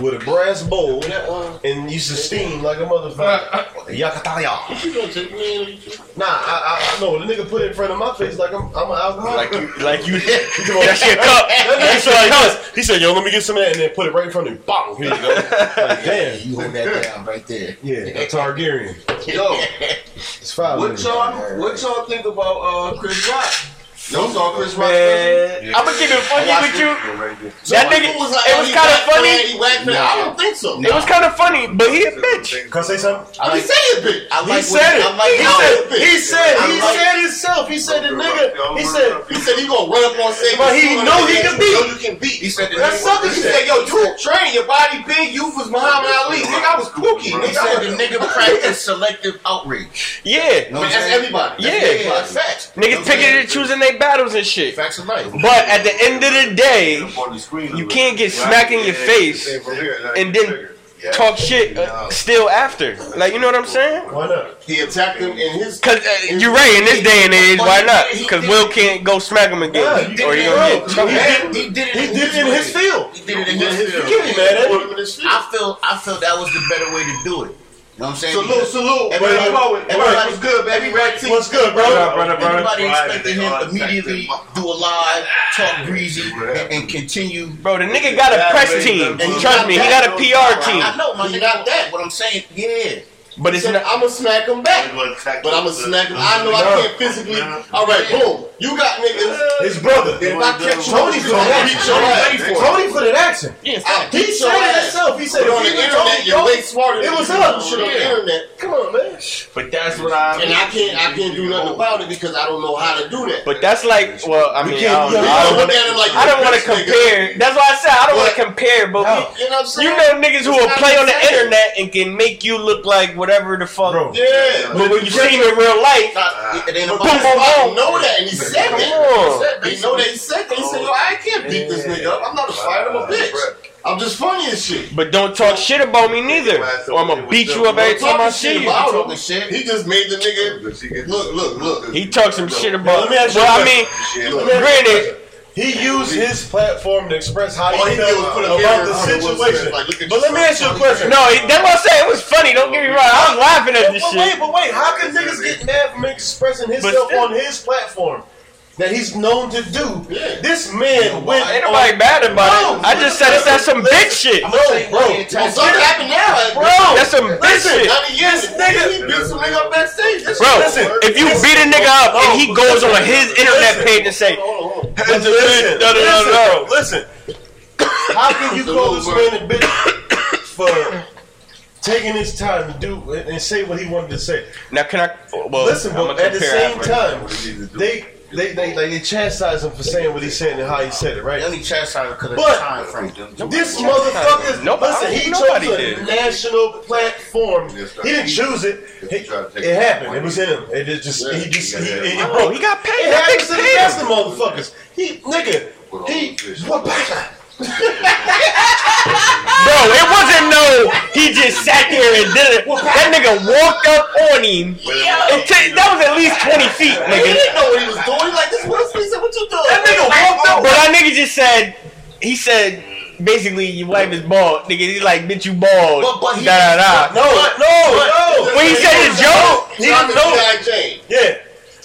Speaker 5: with a brass bowl
Speaker 2: uh,
Speaker 5: and used to steam like a motherfucker. Yakataya.
Speaker 2: You gonna take me in?
Speaker 5: Nah, I, I, I know the nigga put it in front of my face like I'm, I'm an alcoholic.
Speaker 4: Like you, like you, that's your cup.
Speaker 5: He said,
Speaker 4: That's your
Speaker 5: like
Speaker 4: cup.
Speaker 5: this. He said, "Yo, let me get some of that," and then put it right in front of me. Bong. Here you go. Like, damn.
Speaker 3: You hold that down right there.
Speaker 5: Yeah, a Targaryen.
Speaker 2: Yo,
Speaker 5: It's five.
Speaker 2: what
Speaker 5: minutes.
Speaker 2: y'all what y'all think about uh Chris Rock? Y'all saw Chris Rock.
Speaker 4: Man, I'm gonna keep it funny with you. That nigga,
Speaker 2: People like,
Speaker 4: it
Speaker 2: oh,
Speaker 4: was
Speaker 2: he
Speaker 4: kind of
Speaker 2: whacked
Speaker 4: funny.
Speaker 2: man, he whacked man. I don't think so.
Speaker 4: It was kind of funny, but he a bitch.
Speaker 5: Can I say something?
Speaker 2: I like, say it, bitch. I
Speaker 5: He said it. He said. He said. He
Speaker 2: like-
Speaker 5: said himself. He said the nigga. He said.
Speaker 2: He said he gonna run up on stage.
Speaker 5: But he
Speaker 2: and
Speaker 5: know
Speaker 2: shoot
Speaker 5: he
Speaker 2: him.
Speaker 5: can beat.
Speaker 2: Know you can beat. He said that's
Speaker 5: nigga
Speaker 2: something.
Speaker 5: was
Speaker 2: He said, "Yo, you train your body big. You was Muhammad Ali. Nigga, I was Pookie. Nigga,
Speaker 3: He said
Speaker 2: I
Speaker 3: the
Speaker 2: was,
Speaker 3: nigga practiced selective outrage.
Speaker 2: I
Speaker 4: Yeah,
Speaker 2: mean, that's everybody. That's
Speaker 4: Yeah.
Speaker 2: everybody. That's facts.
Speaker 4: niggas picking and choosing their battles and shit.
Speaker 3: Facts of life.
Speaker 4: But at the end of the day,
Speaker 8: On the screen,
Speaker 4: you can't get smacked in your face and then talk shit uh, still after. Like you know what I'm saying?
Speaker 5: Why not?
Speaker 2: He attacked him in his.
Speaker 4: Cause uh, you're right in this day and age, why not? Cause Will can't go smack him
Speaker 5: Yeah,
Speaker 4: again,
Speaker 5: you
Speaker 4: or
Speaker 5: did
Speaker 4: you
Speaker 5: it wrong.
Speaker 4: gonna get
Speaker 3: He
Speaker 4: choked.
Speaker 3: did, he did it.
Speaker 5: He did it in his field.
Speaker 3: He did it in his field.
Speaker 5: Get me mad at him.
Speaker 3: I feel. I feel that was the better way to do it. You know what I'm saying?
Speaker 2: Salute, salute.
Speaker 3: Everybody-
Speaker 2: Everybody, everybody,
Speaker 5: everybody-
Speaker 2: was good, baby. Rag team.
Speaker 5: What's good,
Speaker 8: Brother,
Speaker 5: bro?
Speaker 8: brother, brother.
Speaker 3: Everybody
Speaker 8: Why
Speaker 3: expected
Speaker 8: they
Speaker 3: him
Speaker 8: all
Speaker 3: immediately
Speaker 8: affected?
Speaker 3: do a live, talk breezy, and, and continue.
Speaker 4: Bro, the nigga got a press
Speaker 3: And
Speaker 4: team.
Speaker 3: he
Speaker 4: Trust me, he got a PR
Speaker 3: I
Speaker 4: team.
Speaker 3: know, my nigga. Not that. What I'm saying, yeah.
Speaker 4: But it's not.
Speaker 2: I'm gonna smack him back. But I'm gonna smack him. I know I can't physically. All right, boom. You got niggas.
Speaker 5: His brother.
Speaker 2: If I catch you,
Speaker 5: Tony's
Speaker 2: I'm
Speaker 5: gonna
Speaker 2: gonna
Speaker 5: action.
Speaker 2: beat your ass.
Speaker 5: Tony put an action.
Speaker 2: I'll
Speaker 5: He
Speaker 2: beat your
Speaker 5: said it
Speaker 2: ass.
Speaker 5: himself. He said
Speaker 2: But on
Speaker 5: if
Speaker 2: the
Speaker 5: you
Speaker 2: internet,
Speaker 5: don't-
Speaker 2: you're way smarter.
Speaker 5: It
Speaker 2: than
Speaker 5: was
Speaker 2: you.
Speaker 5: up.
Speaker 2: Shit on the
Speaker 5: Yeah.
Speaker 2: internet.
Speaker 4: Come
Speaker 5: Come on, man.
Speaker 4: But that's what I.
Speaker 2: And I can't, I can't do nothing about it because I don't know how to do that.
Speaker 4: But that's like, well, I mean, I don't, know.
Speaker 2: You
Speaker 4: I
Speaker 2: gotta look
Speaker 4: don't want to.
Speaker 2: at it like
Speaker 4: I don't want to compare. That's why I said I don't want to
Speaker 2: What?
Speaker 4: compare, but we-
Speaker 2: You know what I'm saying?
Speaker 4: you know niggas who
Speaker 2: It's
Speaker 4: will
Speaker 2: not
Speaker 4: play on the
Speaker 2: the same.
Speaker 4: internet and can make you look like whatever the fuck.
Speaker 9: Bro.
Speaker 2: Yeah,
Speaker 4: But when you see them in real life,
Speaker 2: Not, it ain't
Speaker 4: But
Speaker 2: about
Speaker 4: boom, boom,
Speaker 2: I
Speaker 4: boom.
Speaker 2: know that, and he said
Speaker 4: Come
Speaker 2: that.
Speaker 4: on.
Speaker 2: They know that he said that. He said, "Yo, I can't beat this nigga up. I'm not a fighter. I'm a bitch. I'm just funny as shit."
Speaker 4: but don't talk shit about me neither, or I'm gonna beat you up every time I
Speaker 2: Talking
Speaker 4: see
Speaker 2: shit
Speaker 4: you.
Speaker 2: about him and shit. He just made the nigga look, look, look.
Speaker 4: He talked some shit
Speaker 5: Let
Speaker 4: about.
Speaker 5: me ask you
Speaker 4: Well,
Speaker 5: a
Speaker 4: I mean, granted,
Speaker 5: He used his platform to express how
Speaker 2: All
Speaker 5: he
Speaker 2: he did was put a
Speaker 5: felt
Speaker 2: camera
Speaker 5: about the
Speaker 2: on the woman's
Speaker 5: situation.
Speaker 2: face, like, look at
Speaker 5: But let
Speaker 2: yourself.
Speaker 5: me ask you a question.
Speaker 4: no, it- that's what I said. It was funny. Don't get me wrong. I was laughing at this
Speaker 5: But
Speaker 4: shit.
Speaker 5: wait, but wait, how can niggas get mad from expressing himself
Speaker 4: still-
Speaker 5: on his platform that he's known to do? This man went.
Speaker 4: Ain't nobody mad about it.
Speaker 5: No,
Speaker 4: I just said it's that's some bitch shit.
Speaker 5: No, bro.
Speaker 2: Well, something happened now.
Speaker 5: Bro,
Speaker 4: That's some bitch
Speaker 5: listen,
Speaker 4: shit.
Speaker 2: I mean, yes, nigga, he beat some nigga up backstage. That's
Speaker 4: Bro,
Speaker 5: Listen,
Speaker 4: if you
Speaker 5: listen.
Speaker 4: beat a nigga up and he
Speaker 5: No,
Speaker 4: goes on
Speaker 5: listen.
Speaker 4: his internet
Speaker 5: Listen.
Speaker 4: page and say,
Speaker 5: Listen, listen,
Speaker 4: No, no, no,
Speaker 5: listen,
Speaker 4: no.
Speaker 5: bro, listen. How can you call this man a bitch for taking his time to do and say what he wanted to say?
Speaker 4: now can I? Well,
Speaker 5: Listen,
Speaker 4: I'm
Speaker 5: but
Speaker 4: gonna
Speaker 5: at the
Speaker 4: compare
Speaker 5: same
Speaker 4: apples.
Speaker 5: time, they they they like they chastise him for saying what he said and how he said it, right?
Speaker 2: Only chastised because of
Speaker 5: But-
Speaker 2: time frame.
Speaker 5: This motherfucker,
Speaker 4: Nobody-
Speaker 5: listen, he
Speaker 4: nobody
Speaker 5: chose a
Speaker 4: did.
Speaker 5: national platform. He
Speaker 10: Yes, sir.
Speaker 5: didn't choose it.
Speaker 10: Yes,
Speaker 5: It,
Speaker 10: you tried to take
Speaker 5: it
Speaker 10: it.
Speaker 5: happened. It was him. It is just he just he,
Speaker 10: Yeah,
Speaker 5: it-
Speaker 10: yeah.
Speaker 5: it-
Speaker 4: Bro, he got paid.
Speaker 5: it
Speaker 4: That
Speaker 5: happens to
Speaker 4: nigga
Speaker 5: the
Speaker 4: paid
Speaker 5: best
Speaker 4: him.
Speaker 5: of motherfuckers. He nigga, he what?
Speaker 4: Bro, it wasn't no. He just sat there and did it. That nigga walked up on him. And ta- that was at least twenty feet,
Speaker 2: He
Speaker 4: nigga.
Speaker 2: didn't know what he was doing. He Like this, Will Smith said, "What you doing?"
Speaker 4: That nigga walked up, but that nigga just said. He said. Basically, your wife is bald, nigga. He's like, bitch, you bald.
Speaker 2: But- but he-
Speaker 4: da, da, da.
Speaker 5: No, no, no.
Speaker 4: When he said his joke,
Speaker 2: He didn't know that Jane.
Speaker 5: Yeah,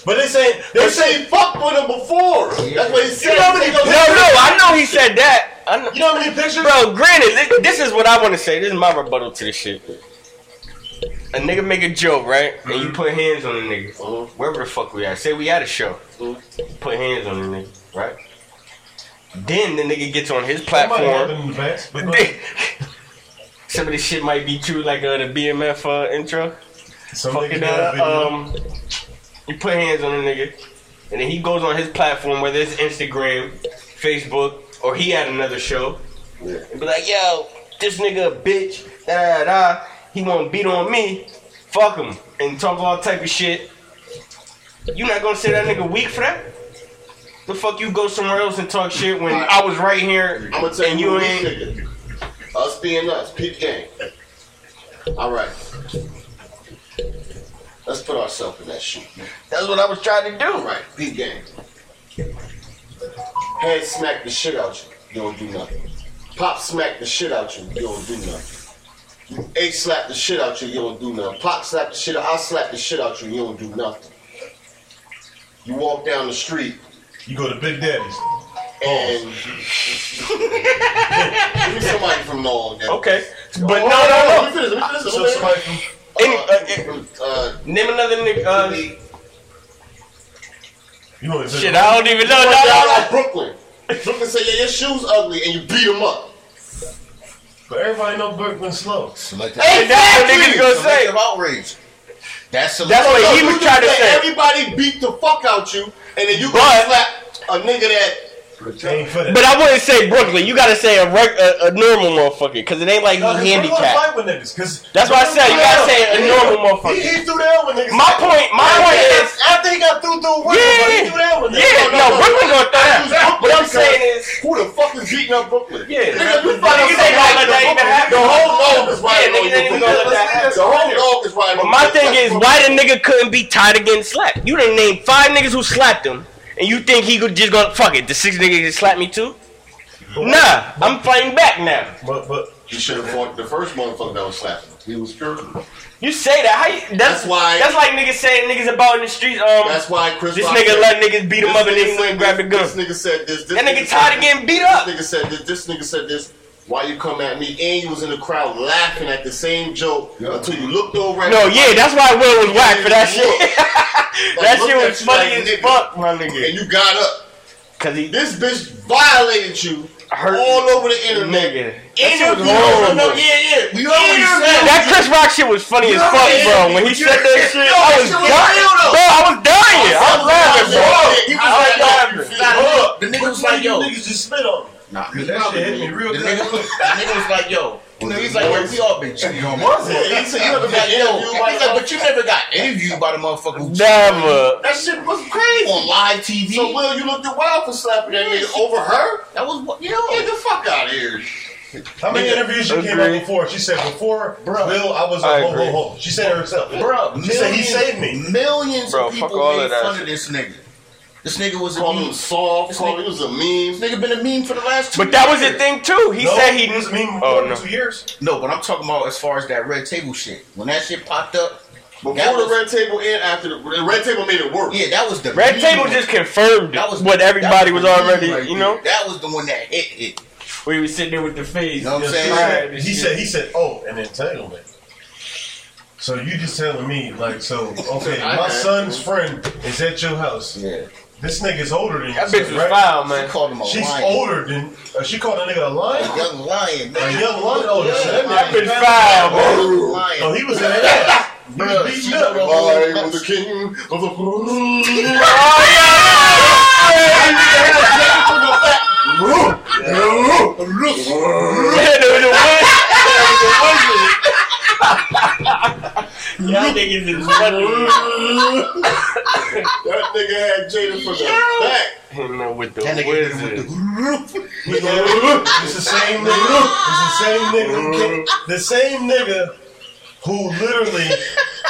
Speaker 5: but they saying they
Speaker 2: They
Speaker 5: say
Speaker 2: say he fucked with him before. That's what he said.
Speaker 5: know how many
Speaker 2: He said,
Speaker 4: no, no, I know he said that. I know.
Speaker 5: you know how many pictures.
Speaker 4: Bro, granted, thi- this is what I want to say. This is my rebuttal to this shit. A nigga make a joke, right? And you put hands on the nigga. Wherever the fuck we at. Say we at a show. Put hands on the nigga, right? Then the nigga gets on his
Speaker 5: That might
Speaker 4: platform.
Speaker 5: happen in the past, but
Speaker 4: Some of this shit might be true, like uh, the BMF uh, intro.
Speaker 5: some
Speaker 4: Fucking
Speaker 5: niggas got a
Speaker 4: uh,
Speaker 5: video.
Speaker 4: um, you put hands on a nigga, and then he goes on his platform, whether it's Instagram, Facebook, or he had another show, and be like, "Yo, this nigga a bitch, da da da. He want to beat on me, fuck him, and talk all type of shit." You not gonna say that nigga weak for that? The fuck you go somewhere else and talk shit when I was right here
Speaker 2: I'm gonna tell
Speaker 4: and
Speaker 2: you,
Speaker 4: you
Speaker 2: what we
Speaker 4: ain't.
Speaker 2: figured. Us being us, peep game. All right. Let's put ourselves in that shoe. That's what I was trying to do. All right, peep game. Head smack the shit out you. You don't do nothing. Pop smack the shit out you. You don't do nothing. A slap the shit out you. You don't do nothing. Pop slap the shit. out I slap the shit out you. You don't do nothing. You walk down the street
Speaker 5: you go to Big Daddy's.
Speaker 2: and Give me somebody from Long Island.
Speaker 4: Okay, but
Speaker 5: Oh,
Speaker 4: no,
Speaker 2: Hold on, hold on,
Speaker 4: no, no.
Speaker 2: Let me finish. Let me
Speaker 5: So
Speaker 2: finish. Let me
Speaker 5: somebody from
Speaker 4: Any, uh,
Speaker 2: finish. Uh,
Speaker 4: name another nigga.
Speaker 2: uh,
Speaker 4: Uh,
Speaker 5: you know
Speaker 4: shit, I don't even know. No,
Speaker 2: down
Speaker 4: no, no.
Speaker 2: on uh, Brooklyn. Brooklyn said, "Yeah, your shoes ugly," and you beat him up.
Speaker 5: But everybody know Brooklyn's slow.
Speaker 3: Selective,
Speaker 4: Hey, that's what niggas gonna say.
Speaker 3: selective outrage. That's selective.
Speaker 4: That's what he
Speaker 2: you
Speaker 4: was
Speaker 2: just
Speaker 4: trying to
Speaker 2: let
Speaker 4: say.
Speaker 2: Everybody beat the fuck out you, and then you go
Speaker 4: But-
Speaker 2: slap a nigga that.
Speaker 5: Ain't for that.
Speaker 4: But I wouldn't say Brooklyn. You gotta say a, reg- a, a normal motherfucker, because it ain't like
Speaker 5: No, 'cause
Speaker 4: he
Speaker 5: Brooklyn
Speaker 4: handicapped.
Speaker 5: fight with niggas, 'cause-
Speaker 4: That's why I said you gotta say a
Speaker 5: He,
Speaker 4: normal motherfucker.
Speaker 5: he threw down with niggas.
Speaker 4: My point, my point is,
Speaker 5: after he got through through with yeah. he
Speaker 4: yeah,
Speaker 5: threw down with niggas.
Speaker 4: yeah, no, Brooklyn gonna throw
Speaker 2: I use
Speaker 4: that. What I'm
Speaker 2: Brooklyn
Speaker 4: saying is,
Speaker 2: because Who the fuck is beating up Brooklyn?
Speaker 4: Yeah.
Speaker 2: nigga, you
Speaker 4: Niggas
Speaker 2: find
Speaker 4: ain't
Speaker 2: somebody from
Speaker 4: gonna let that even
Speaker 2: Brooklyn,
Speaker 4: happen.
Speaker 2: The whole dog is riding on
Speaker 4: Yeah, niggas
Speaker 2: your
Speaker 4: ain't even gonna let that happen.
Speaker 2: The whole dog is riding.
Speaker 4: but
Speaker 2: on
Speaker 4: my
Speaker 2: your
Speaker 4: thing is,
Speaker 2: Brooklyn.
Speaker 4: why the nigga couldn't be tied against slap? You didn't name five niggas who slapped him, and you think he could just go fuck it? The six niggas that slapped me too? Nah, I'm fighting back now.
Speaker 5: But, but
Speaker 2: You should have fought the first motherfucker that was slapping. him. He was pure.
Speaker 4: You say that? How you, that's,
Speaker 2: That's why-
Speaker 4: That's like niggas saying niggas about in the streets. Um,
Speaker 2: That's why Chris
Speaker 4: this
Speaker 2: Rock
Speaker 4: nigga
Speaker 2: said-
Speaker 4: let niggas beat him
Speaker 2: This
Speaker 4: up
Speaker 2: nigga
Speaker 4: and then he went
Speaker 2: said
Speaker 4: and grabbed a gun.
Speaker 2: this- This nigga said this. this
Speaker 4: That nigga
Speaker 2: said
Speaker 4: tired of
Speaker 2: this,
Speaker 4: getting beat up.
Speaker 2: This nigga said this. This nigga said this. Why you come at me? And you was in the crowd laughing at the same joke until you looked over. at
Speaker 4: No,
Speaker 2: me,
Speaker 4: yeah, that's why Will was whack for that shit.
Speaker 2: Like,
Speaker 4: that
Speaker 2: looked
Speaker 4: shit
Speaker 2: at
Speaker 4: was
Speaker 2: you
Speaker 4: funny
Speaker 2: like,
Speaker 4: as
Speaker 2: nigga,
Speaker 4: fuck, my nigga.
Speaker 2: And you got up.
Speaker 4: Cause he,
Speaker 2: This bitch violated you,
Speaker 4: hurt
Speaker 3: all over the internet.
Speaker 4: nigga.
Speaker 3: Interview, no, no, yeah, yeah. We already said
Speaker 4: That Chris Rock shit was funny as fuck, bro. When he said that shit, I was
Speaker 3: shit was real, though.
Speaker 4: dying. Bro, I was dying. I was laughing, bro.
Speaker 3: He was
Speaker 4: I
Speaker 3: like,
Speaker 4: was laughing.
Speaker 3: yo, the nigga was like, yo,
Speaker 5: niggas just spit on me.
Speaker 3: Nah, he
Speaker 5: that
Speaker 3: probably-
Speaker 5: shit hit me real
Speaker 3: the
Speaker 5: good.
Speaker 3: Nigga, the nigga was like, yo. You know, he's like, yo, we all been cheated on.
Speaker 5: Was it? He said, you never got
Speaker 3: Like, yo,
Speaker 5: interviewed by
Speaker 3: he's like, but you never got interviewed by the motherfucker who
Speaker 4: Never.
Speaker 5: That shit was crazy.
Speaker 3: on live TV.
Speaker 5: So, Will, you looked at Wild for slapping that nigga over her?
Speaker 3: that was what, you know,
Speaker 5: Get
Speaker 3: the fuck out of here.
Speaker 5: How many interviews she came
Speaker 4: Agree.
Speaker 5: up before? She said, before Will, I was
Speaker 4: I
Speaker 5: a ho
Speaker 4: agree.
Speaker 5: ho ho. She said it herself.
Speaker 3: Bro,
Speaker 5: She said, he saved me.
Speaker 3: Millions
Speaker 4: Bro,
Speaker 3: of
Speaker 4: fuck
Speaker 3: people
Speaker 4: all
Speaker 3: made
Speaker 4: of that
Speaker 3: fun
Speaker 4: shit.
Speaker 3: of this nigga. This nigga was a Call meme. him soft, This call nigga- him was a meme. This nigga been a meme for the last two
Speaker 4: But that was
Speaker 3: years.
Speaker 4: the thing too. He said he
Speaker 5: was me for
Speaker 4: Oh no.
Speaker 5: two years.
Speaker 3: No, but I'm talking about as far as that red table shit. When that shit popped up,
Speaker 2: Before
Speaker 3: that was,
Speaker 2: the red table and after the, the red table made it worse.
Speaker 3: yeah, that was the
Speaker 4: Red
Speaker 3: meme
Speaker 4: Table
Speaker 3: one.
Speaker 4: just confirmed
Speaker 3: That was
Speaker 4: what
Speaker 3: that
Speaker 4: everybody was
Speaker 3: the meme
Speaker 4: already,
Speaker 3: right
Speaker 4: you
Speaker 3: there.
Speaker 4: know.
Speaker 3: That was the one that hit hit.
Speaker 4: We was sitting there with the face.
Speaker 3: You know what I'm
Speaker 5: Yeah, she
Speaker 3: saying?
Speaker 5: said-
Speaker 4: Right.
Speaker 5: he said, he said, oh, an entanglement. So you just telling me, like, so, okay, my son's friend is at your house.
Speaker 3: Yeah,
Speaker 5: This nigga's older than you.
Speaker 4: That bitch
Speaker 5: son,
Speaker 4: was
Speaker 5: right?
Speaker 4: foul,
Speaker 3: she
Speaker 4: man.
Speaker 3: called him a
Speaker 5: She's
Speaker 3: lion.
Speaker 5: older than, uh, she called a nigga a
Speaker 3: a
Speaker 5: lion?
Speaker 3: young lion,
Speaker 5: A
Speaker 3: man.
Speaker 5: young lion? Oh, so that
Speaker 4: That
Speaker 5: nigga-
Speaker 4: bitch foul, man.
Speaker 3: Young lion.
Speaker 5: Oh, he was in that ass. He was
Speaker 3: Bruh,
Speaker 5: beating
Speaker 3: she
Speaker 5: up.
Speaker 3: know
Speaker 2: I was the king of the
Speaker 4: Oh yeah! Yeah, the- the one- Y'all niggas is funny.
Speaker 2: That nigga had Jada for the back.
Speaker 4: Hitting with the
Speaker 3: That nigga hit him with
Speaker 4: wizard.
Speaker 5: He go, It's the same nigga. It's the same nigga. The same nigga who literally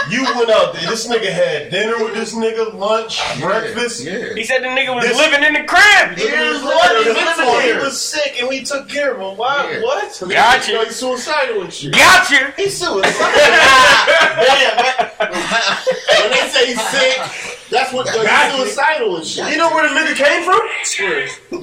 Speaker 5: you went out there. This nigga had dinner with this nigga, lunch, breakfast.
Speaker 3: Yeah.
Speaker 4: He said the nigga was
Speaker 5: This-
Speaker 4: living in the crib.
Speaker 3: Here's
Speaker 5: He
Speaker 3: what
Speaker 5: was-
Speaker 3: he
Speaker 5: He
Speaker 3: was.
Speaker 5: was sick and we took care of him. Why?
Speaker 3: Yeah.
Speaker 5: What?
Speaker 4: Got you.
Speaker 2: Like suicidal and shit.
Speaker 4: Gotcha.
Speaker 3: He's suicidal. yeah, man.
Speaker 2: When they say he's sick, that's what like, he's suicidal and shit.
Speaker 5: You know where the nigga came from?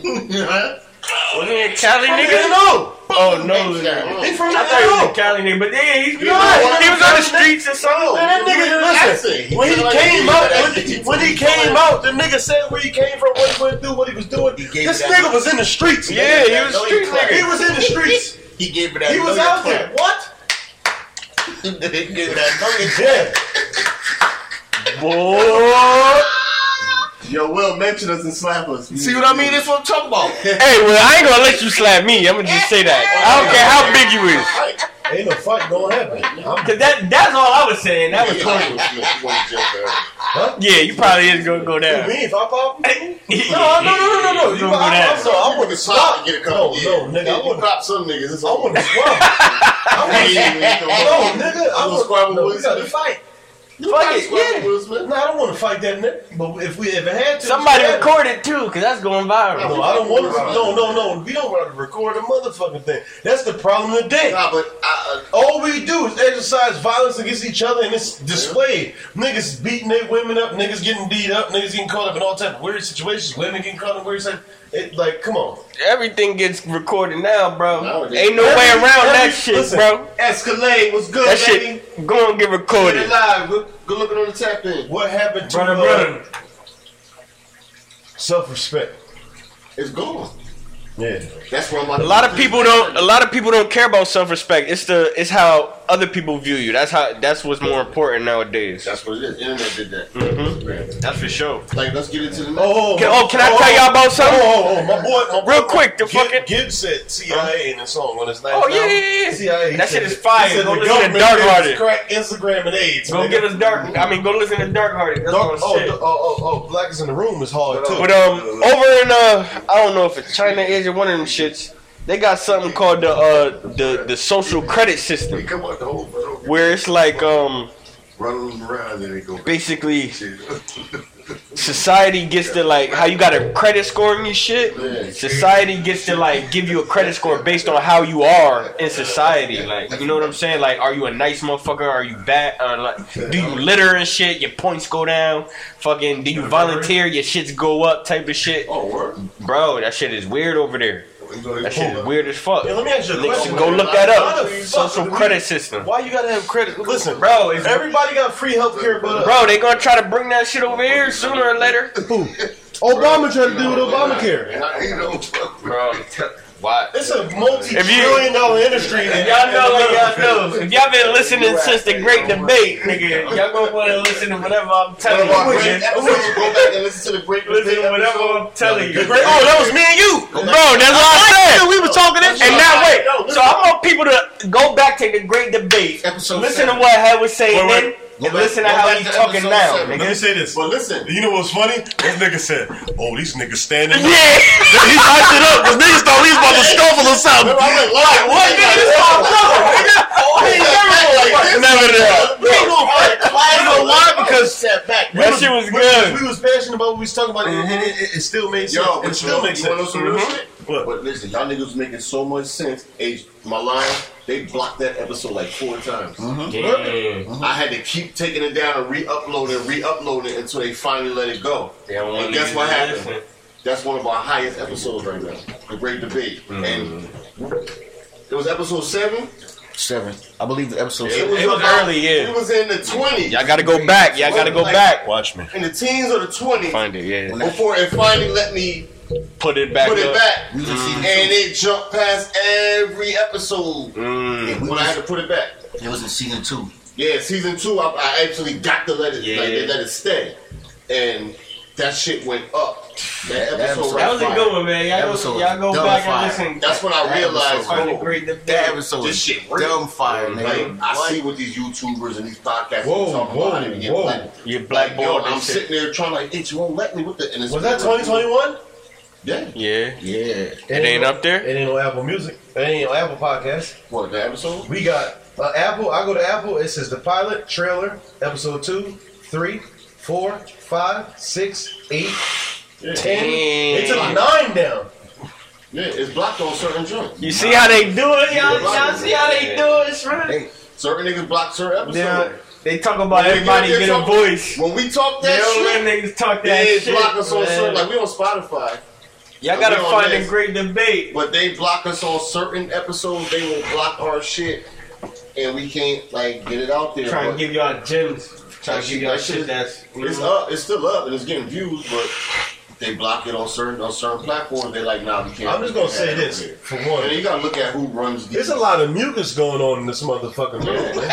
Speaker 4: Wasn't he a Cali nigga?
Speaker 5: No.
Speaker 4: Oh no.
Speaker 5: He from
Speaker 4: I thought he was a
Speaker 5: the
Speaker 4: Cali nigga, but yeah, he's he
Speaker 5: No,
Speaker 4: was on the streets or something.
Speaker 5: That nigga, listen. When he came out, when he, when he came out, the nigga said where he came from, what he went through, what he was doing.
Speaker 3: He gave
Speaker 5: This
Speaker 3: that-
Speaker 5: nigga was in the streets.
Speaker 4: Yeah, he was a
Speaker 5: He
Speaker 4: street nigga.
Speaker 5: was in the streets.
Speaker 3: He gave her that.
Speaker 5: He was
Speaker 3: nugget
Speaker 5: out there.
Speaker 3: clap.
Speaker 5: What?
Speaker 3: he gave her that nugget.
Speaker 5: Yeah.
Speaker 4: Boy.
Speaker 2: Yo, Will mention us and slap us.
Speaker 3: See what I mean? That's what I'm talking about.
Speaker 4: Hey, well, I ain't gonna let you slap me. I'm gonna just say that. I don't care how big you is.
Speaker 5: Ain't no fight going to happen. I'm,
Speaker 4: Cause that, that's all I was saying. That was funny. Yeah, you probably is gonna go
Speaker 5: you
Speaker 4: down.
Speaker 5: mean if I pop him?
Speaker 4: No, no, no, no, no.
Speaker 5: You
Speaker 4: gonna go
Speaker 5: pop him?
Speaker 4: down.
Speaker 5: So I
Speaker 2: want to slap and get a
Speaker 5: No,
Speaker 2: couple.
Speaker 5: no, nigga, I
Speaker 2: I want
Speaker 5: wouldn't-
Speaker 2: to pop some niggas. It's
Speaker 5: I
Speaker 2: all.
Speaker 5: want to swap. No,
Speaker 2: No,
Speaker 5: nigga. I
Speaker 2: I'm
Speaker 5: want
Speaker 2: gonna
Speaker 5: to squabble
Speaker 2: squabble
Speaker 5: no,
Speaker 2: with
Speaker 5: We got to
Speaker 2: Will Smith.
Speaker 5: fight.
Speaker 4: Fuck it, yeah.
Speaker 2: Will Smith.
Speaker 5: No, I don't want to fight that nigga. But if we ever had to.
Speaker 4: Somebody
Speaker 5: we had to.
Speaker 4: record it too, cause that's going viral.
Speaker 5: No, I don't want to. No, no, no. We don't want to record a motherfucking thing. That's the problem today.
Speaker 2: Nah, but I,
Speaker 5: All we do is exercise violence against each other, and it's displayed. Niggas beating their women up, niggas getting beat up, niggas getting caught up in all type of weird situations. Women getting caught in weird situations. It, like, come on.
Speaker 4: Everything gets recorded now, bro.
Speaker 2: Nowadays.
Speaker 4: Ain't no way
Speaker 5: Every-
Speaker 4: around
Speaker 5: every-
Speaker 4: that shit,
Speaker 5: listen.
Speaker 4: bro.
Speaker 2: Escalade was good,
Speaker 4: That
Speaker 2: baby.
Speaker 4: shit gonna get
Speaker 2: Good
Speaker 4: recorded.
Speaker 2: and live. Good, good looking on the tap in.
Speaker 5: What happened to
Speaker 4: Brother,
Speaker 5: uh,
Speaker 4: brother.
Speaker 5: self-respect?
Speaker 2: It's gone.
Speaker 5: Yeah.
Speaker 2: That's where I'm
Speaker 4: A lot of people don't. A lot of people don't care about self-respect. It's the. It's how other people view you. That's how. That's what's more important nowadays.
Speaker 2: That's what it is. Internet did that.
Speaker 4: That's for sure.
Speaker 2: Like, let's get into the next.
Speaker 5: Oh,
Speaker 4: Can- Mm-hmm. oh, can I tell y'all about something?
Speaker 5: Oh, oh, oh, my boy, my boy,
Speaker 4: Real quick, the
Speaker 5: Gib-
Speaker 4: fucking-
Speaker 5: Gibbs said CIA in the song on his last
Speaker 4: Oh, yeah,
Speaker 5: album.
Speaker 4: yeah, yeah.
Speaker 5: CIA.
Speaker 4: That
Speaker 5: said-
Speaker 4: shit is fire.
Speaker 5: He said
Speaker 4: Go
Speaker 5: the
Speaker 4: listen to
Speaker 5: government
Speaker 4: Dark
Speaker 5: gave us
Speaker 4: Hearted.
Speaker 5: crack, Instagram, and AIDS.
Speaker 4: Go
Speaker 5: nigga.
Speaker 4: get us dark. I mean, go listen to Dark Hearted. That's
Speaker 5: Dark,
Speaker 4: on
Speaker 5: oh,
Speaker 4: shit.
Speaker 5: oh, oh, oh, Black is in the room is hard, too.
Speaker 4: But um, over in uh, I don't know if it's China, Asia, one of them shits. They got something called the uh the the social credit system,
Speaker 2: Come on, the whole road.
Speaker 4: where it's like um
Speaker 2: Run around and they go.
Speaker 4: basically society gets to like how you got a credit score and your shit. Society gets to like give you a credit score based on how you are in society. Like you know what I'm saying? Like are you a nice motherfucker? Are you bad? Or like do you litter and shit? Your points go down. Fucking do you volunteer? Your shits go up. Type of shit.
Speaker 2: Oh, word.
Speaker 4: Bro, that shit is weird over there. That shit is weird as fuck.
Speaker 5: Yeah, let me ask you a
Speaker 4: Niggas
Speaker 5: question.
Speaker 4: should go look that
Speaker 5: Why
Speaker 4: up.
Speaker 5: the fuck
Speaker 4: Social
Speaker 5: do we-
Speaker 4: credit system.
Speaker 5: Why you gotta have credit? Listen, bro.
Speaker 4: Bro, if,
Speaker 5: Everybody got free healthcare, but
Speaker 4: bro, they gonna try to bring that shit over here sooner or later.
Speaker 5: Obama trying to do with Obamacare.
Speaker 2: And I ain't no fuck with
Speaker 4: Bro, Why?
Speaker 5: It's a multi-trillion dollar industry. And
Speaker 4: Y'all know, like y'all know. If y'all been listening since the great debate, nigga, y'all gonna wanna listen to whatever I'm telling you.
Speaker 2: Great
Speaker 4: nigga.
Speaker 2: episode. Go back and listen to the great
Speaker 4: Listen to whatever I'm telling you.
Speaker 2: great-
Speaker 4: Oh, that was me and you, bro. That's what I, said. We was talking, and now wait. So I want people to go back to the great debate.
Speaker 2: Episode
Speaker 4: Listen
Speaker 2: seven.
Speaker 4: to what Head was saying
Speaker 11: Wait,
Speaker 4: then,
Speaker 11: wait.
Speaker 4: and listen to
Speaker 2: Go
Speaker 4: how
Speaker 2: back
Speaker 4: he's
Speaker 2: to
Speaker 4: talking
Speaker 2: episode
Speaker 4: now,
Speaker 2: seven.
Speaker 11: Let me
Speaker 4: nigga.
Speaker 11: say this.
Speaker 2: But listen.
Speaker 11: You know what's funny? This nigga said, "Oh, these niggas standing." up."
Speaker 4: Yeah.
Speaker 11: he hyped it up because niggas thought we was about to scuffle or something.
Speaker 4: What nigga this all cover, nigga? We ain't never gonna fight.
Speaker 11: Never that.
Speaker 4: We ain't gonna fight. You know why? Because
Speaker 3: Step back.
Speaker 4: that shit was good.
Speaker 5: We was passionate about what we was talking about, and it, it, it still made sense.
Speaker 2: Yo,
Speaker 5: it
Speaker 2: but you
Speaker 5: still
Speaker 2: know,
Speaker 5: makes
Speaker 2: you wanna know
Speaker 5: sense.
Speaker 2: some
Speaker 4: Mm-hmm.
Speaker 2: real shit?
Speaker 11: What?
Speaker 2: But listen, y'all niggas making so much sense. Hey, my line, they blocked that episode like four times.
Speaker 4: Mm-hmm.
Speaker 2: I had to keep taking it down and re-upload it, re-upload it until they finally let it go. And guess what happened? That's one of our highest episodes right now. The Great Debate. And
Speaker 4: Mm-hmm.
Speaker 2: it was episode seven.
Speaker 3: Seven. I believe the episode
Speaker 2: It
Speaker 3: seven.
Speaker 2: was,
Speaker 4: It was
Speaker 2: about-
Speaker 4: early, yeah.
Speaker 2: It was in the 20s.
Speaker 4: Y'all gotta go back. Y'all gotta go back.
Speaker 11: Watch me.
Speaker 2: In the teens or the 20s.
Speaker 4: Find it, yeah.
Speaker 2: Before it finally let me
Speaker 4: Put it back.
Speaker 2: put it
Speaker 4: up.
Speaker 2: back. Mm-hmm.
Speaker 3: We was in season
Speaker 2: And it jumped past every episode
Speaker 4: Mm.
Speaker 2: when I had to put it back.
Speaker 3: It was in season two.
Speaker 2: Yeah, season two, I, I actually got to let it, like, they
Speaker 4: Yeah.
Speaker 2: let it stay. And that shit went up. That episode,
Speaker 3: episode-
Speaker 2: right
Speaker 4: That was a
Speaker 2: fire.
Speaker 4: good one, man.
Speaker 3: That
Speaker 4: Y'all
Speaker 3: was a
Speaker 4: go, y'all go
Speaker 3: dumb
Speaker 4: back
Speaker 3: fire.
Speaker 4: and listen.
Speaker 2: That's when I
Speaker 3: That
Speaker 2: realized,
Speaker 3: episode-
Speaker 4: Find
Speaker 2: oh,
Speaker 4: the great debate.
Speaker 3: That episode
Speaker 2: This
Speaker 3: was
Speaker 2: shit real.
Speaker 3: dumb fire,
Speaker 2: Like,
Speaker 3: nigga.
Speaker 2: I see what these YouTubers and these podcasts
Speaker 5: Whoa,
Speaker 2: are talking
Speaker 5: whoa,
Speaker 2: about. how they get
Speaker 5: whoa.
Speaker 2: black-
Speaker 4: Your
Speaker 2: Like, yo,
Speaker 4: blackboard
Speaker 2: I'm
Speaker 4: and shit.
Speaker 2: sitting there trying like, it you won't let me with the. And it's
Speaker 5: Was that 2021?
Speaker 2: Yeah.
Speaker 4: Yeah.
Speaker 3: Yeah.
Speaker 5: It
Speaker 4: up
Speaker 5: It
Speaker 4: there?
Speaker 5: ain't on Apple Music. It ain't on Apple Podcast.
Speaker 2: What the episode?
Speaker 5: We got uh, Apple. I go to Apple. It says the pilot trailer, episode two, three, four, five, six, eight, ten. They took
Speaker 4: Damn.
Speaker 5: nine down.
Speaker 2: Yeah, it's blocked on certain joints.
Speaker 4: You see how they do it? Y'all, y'all see how they do it? It's right.
Speaker 2: Certain niggas block certain episodes.
Speaker 4: Yeah. They talk about
Speaker 2: When we
Speaker 4: everybody
Speaker 2: get there
Speaker 4: get a
Speaker 2: talking-
Speaker 4: voice.
Speaker 2: When we talk
Speaker 4: They
Speaker 2: that
Speaker 4: don't
Speaker 2: shit,
Speaker 4: let niggas talk that
Speaker 2: they
Speaker 4: shit.
Speaker 2: block us on
Speaker 4: man.
Speaker 2: certain. Like we on Spotify,
Speaker 4: y'all
Speaker 2: we
Speaker 4: gotta
Speaker 2: on
Speaker 4: find
Speaker 2: this.
Speaker 4: a great debate.
Speaker 2: but they block us on certain episodes. They will block our shit, and we can't like get it out there.
Speaker 4: Trying
Speaker 2: but
Speaker 4: to give y'all gems. Trying to give y'all
Speaker 2: That shit-
Speaker 4: shit that's.
Speaker 2: it's up. It's still up, and it's getting views, but. They block it on certain on certain platforms. They like, nah, we can't.
Speaker 5: I'm just
Speaker 2: we
Speaker 5: gonna
Speaker 2: can't
Speaker 5: say
Speaker 2: have it
Speaker 5: this
Speaker 2: over here.
Speaker 5: for
Speaker 2: And
Speaker 5: one.
Speaker 2: you gotta look at who runs these.
Speaker 5: There's a lot of mucus going on in this motherfucker. room, man.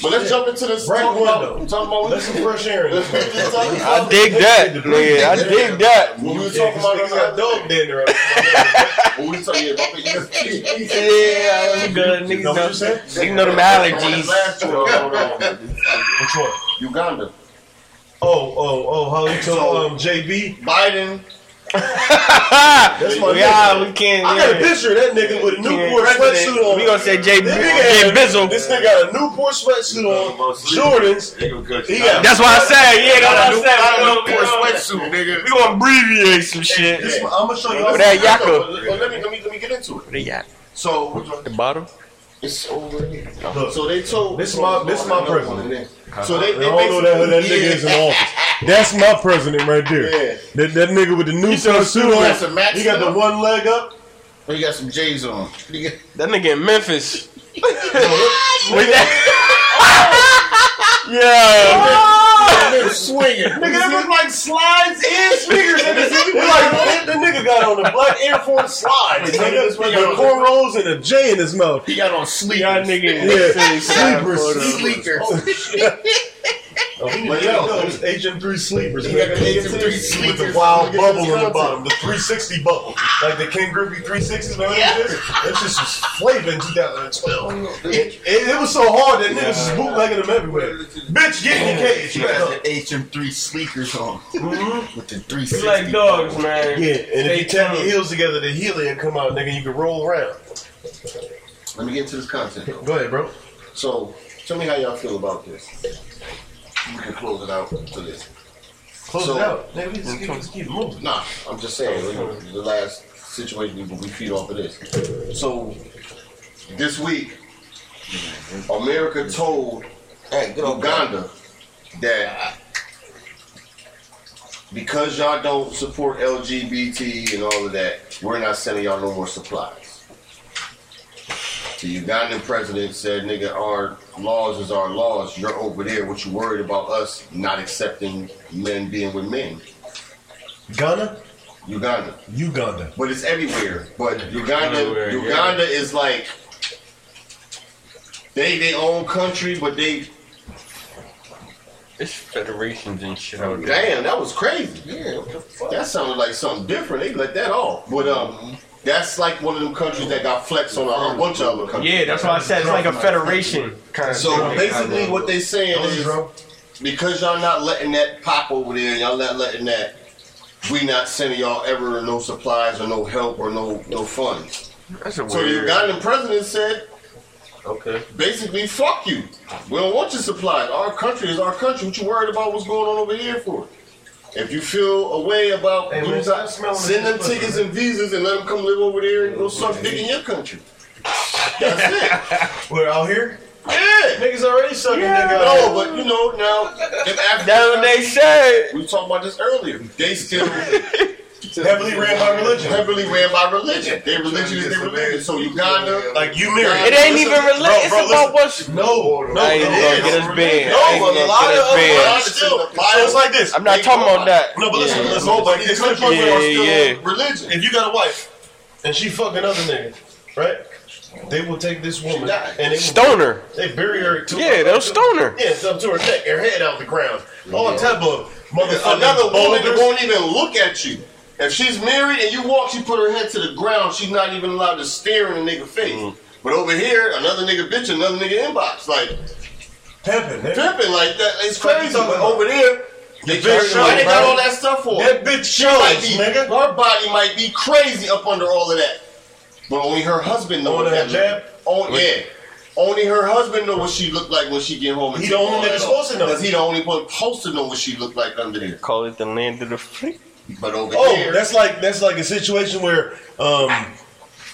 Speaker 2: But let's jump into this.
Speaker 5: Break
Speaker 2: talk about-
Speaker 5: window.
Speaker 2: Talk about
Speaker 5: That's some fresh air. in this motherfucker.
Speaker 2: Let's talk
Speaker 4: I
Speaker 2: about-
Speaker 4: dig that, nigga. I dig that.
Speaker 2: When we were
Speaker 5: Yeah,
Speaker 2: talking
Speaker 5: 'cause niggas
Speaker 2: about
Speaker 5: got dog dinner.
Speaker 2: When we were talking yeah, about the
Speaker 4: Yeah, I'm good. Niggas
Speaker 5: know what you
Speaker 4: know,
Speaker 5: said?
Speaker 4: niggas know them
Speaker 2: This
Speaker 4: allergies.
Speaker 2: last tour, hold on.
Speaker 5: Which one?
Speaker 2: Uganda.
Speaker 5: Oh, oh, oh! How you told um, JB?
Speaker 2: Biden.
Speaker 5: That's my
Speaker 4: Yeah,
Speaker 5: nigga.
Speaker 4: we can't.
Speaker 5: I got a
Speaker 4: yeah.
Speaker 5: picture of that nigga with a Newport
Speaker 4: Yeah.
Speaker 5: sweatsuit on.
Speaker 4: We gonna say Jay,
Speaker 5: This nigga
Speaker 4: Jay
Speaker 5: had-
Speaker 4: Bizzle.
Speaker 5: This nigga got a Newport sweatsuit on, Jordans. He got
Speaker 4: That's what I said. Yeah, that's what I said.
Speaker 2: sweatsuit, nigga.
Speaker 4: We gonna abbreviate some shit.
Speaker 5: this. I'm gonna show you.
Speaker 4: With that
Speaker 2: But
Speaker 4: yakka.
Speaker 2: let me, let me let me get into it.
Speaker 4: What do you got?
Speaker 2: So
Speaker 4: The bottle?
Speaker 2: it's over here.
Speaker 5: Look,
Speaker 2: so they told
Speaker 5: this my- this my
Speaker 2: Another
Speaker 5: president.
Speaker 2: one in there. So they,
Speaker 5: I
Speaker 2: they
Speaker 5: don't know that, that nigga is in office. That's my president right there.
Speaker 2: Yeah.
Speaker 5: That, that nigga with the new
Speaker 2: suit on. That's a
Speaker 5: suit on.
Speaker 2: Max
Speaker 5: He got the
Speaker 2: suit.
Speaker 5: one leg up.
Speaker 3: But you got some J's on. You
Speaker 4: That nigga in Memphis. With that- Yeah.
Speaker 3: got swinging.
Speaker 5: Nigga, that was like slides and sneakers. in this. He like, the nigga got on the black Air Force slides. Nigga, the cornrows and a J in his mouth.
Speaker 3: He got on sleep.
Speaker 4: Y'all nigga in
Speaker 5: Yeah,
Speaker 4: Memphis.
Speaker 5: sleepers.
Speaker 3: Sleeker.
Speaker 5: But yeah, no, it's HM three sleepers.
Speaker 3: He got
Speaker 5: nigga.
Speaker 3: the HM3
Speaker 5: with the
Speaker 3: sleepers.
Speaker 5: wild
Speaker 3: Look at
Speaker 5: bubble
Speaker 3: this
Speaker 5: on the
Speaker 3: content.
Speaker 5: bottom, the 360 bubble, like the Ken Griffey 360s. Remember yeah. this? That shit was flavor in 2012. It, it, it was so hard that niggas was bootlegging them everywhere. Bitch, get in your cage.
Speaker 3: He
Speaker 5: back up.
Speaker 3: got the HM3 sleekers on. With the 360.
Speaker 4: We like dogs, man.
Speaker 5: Yeah, and if
Speaker 4: Stay
Speaker 5: you tap your
Speaker 4: tuned.
Speaker 5: heels together, the helium come out, nigga. You can roll around.
Speaker 2: let me get into this content.
Speaker 5: Go ahead, bro.
Speaker 2: So tell me how y'all feel about this. We can close it out to this.
Speaker 5: Close
Speaker 2: So-
Speaker 5: it out. Nigga, we just keep, just keep moving.
Speaker 2: Nah, I'm just saying you know, the last situation we, we feed off of this. So this week, America told Uganda that because y'all don't support LGBT and all of that, we're not sending y'all no more supplies. The Ugandan president said, "Nigga, our laws is our laws. You're over there. What you worried about us not accepting men being with men?"
Speaker 5: Ghana?
Speaker 2: Uganda.
Speaker 5: Uganda.
Speaker 2: But it's everywhere. But Uganda,
Speaker 4: Everywhere, yeah.
Speaker 2: Uganda is like they they own country, but they
Speaker 4: It's federations and shit out there.
Speaker 2: damn that was crazy. Yeah, what the fuck? That sounded like something different. They let that off, but um, that's like one of them countries that got flexed on a, a bunch of other countries.
Speaker 4: Yeah, that's why I said it's like a federation kind of
Speaker 2: So
Speaker 4: thing.
Speaker 2: basically, what they saying is
Speaker 5: Bro,
Speaker 2: because y'all not letting that pop over there, y'all not letting that. We not sending y'all ever no supplies or no help or no no funds.
Speaker 4: That's a
Speaker 2: So the
Speaker 4: weird.
Speaker 2: Ugandan president said,
Speaker 4: Okay.
Speaker 2: basically, fuck you. We don't want your supplies. Our country is our country. What you worried about what's going on over here for? If you feel a way about
Speaker 5: Hey, man,
Speaker 2: losing-
Speaker 5: stop smelling
Speaker 2: send them
Speaker 5: this pussy,
Speaker 2: tickets and visas and let them come live over there and go suck dick in your country. That's it.
Speaker 5: we're out here.
Speaker 2: Yeah.
Speaker 5: Niggas already sucking nigga. out
Speaker 2: No, but you know now, them African
Speaker 4: That's what they said.
Speaker 2: we were talking about this earlier. They still
Speaker 5: here. Heavily ran by religion.
Speaker 2: heavily ran by religion. Their religion is their religion. So Uganda,
Speaker 12: Like you married.
Speaker 4: It ain't even
Speaker 12: Bro, bro,
Speaker 4: related. It's about
Speaker 12: listen.
Speaker 4: what's.
Speaker 5: No, no,
Speaker 4: I ain't gonna
Speaker 5: no.
Speaker 4: get us banned.
Speaker 2: No,
Speaker 4: I ain't
Speaker 2: but a
Speaker 4: gonna get
Speaker 2: lot
Speaker 4: us
Speaker 2: of
Speaker 4: banned.
Speaker 2: other-
Speaker 12: Still, so it's like this.
Speaker 4: I'm not talking about that.
Speaker 12: No, but listen,
Speaker 4: Yeah.
Speaker 12: listen.
Speaker 2: no, but these
Speaker 12: It's like- uh,
Speaker 2: countries are still
Speaker 4: yeah.
Speaker 2: religion.
Speaker 12: If you got a wife,
Speaker 5: And she fucking other niggas, right? They will take this woman
Speaker 2: died.
Speaker 5: and they will,
Speaker 4: Stoner.
Speaker 5: they bury her. To
Speaker 4: Yeah, they'll stoner.
Speaker 5: Yeah, it's up to her neck, her head out the ground. All type of motherfucking
Speaker 2: Another woman that
Speaker 5: boulders.
Speaker 2: won't even look at you. If she's married and you walk, she put her head to the ground. She's not even allowed to stare in a nigga face.
Speaker 4: Mm-hmm.
Speaker 2: But over here, another nigga bitch, another nigga inbox, like
Speaker 5: Pimping, nigga.
Speaker 2: pimping like that. It's crazy. But over there, they
Speaker 5: bitch
Speaker 2: just, why they got
Speaker 5: showing,
Speaker 2: all that stuff for?
Speaker 5: That bitch
Speaker 2: might
Speaker 5: shows,
Speaker 2: be,
Speaker 5: nigga.
Speaker 2: her body might be crazy up under all of that. But only her husband knows
Speaker 5: On
Speaker 2: what
Speaker 5: that jab?
Speaker 2: that. On, yeah. Only her husband know what she looked like when she get home.
Speaker 5: He the only nigga supposed to know.
Speaker 2: Because he the only one supposed to know what she looked like under there.
Speaker 4: Call it the land of the free.
Speaker 2: But over
Speaker 12: oh,
Speaker 2: here,
Speaker 12: that's like that's like a situation where um,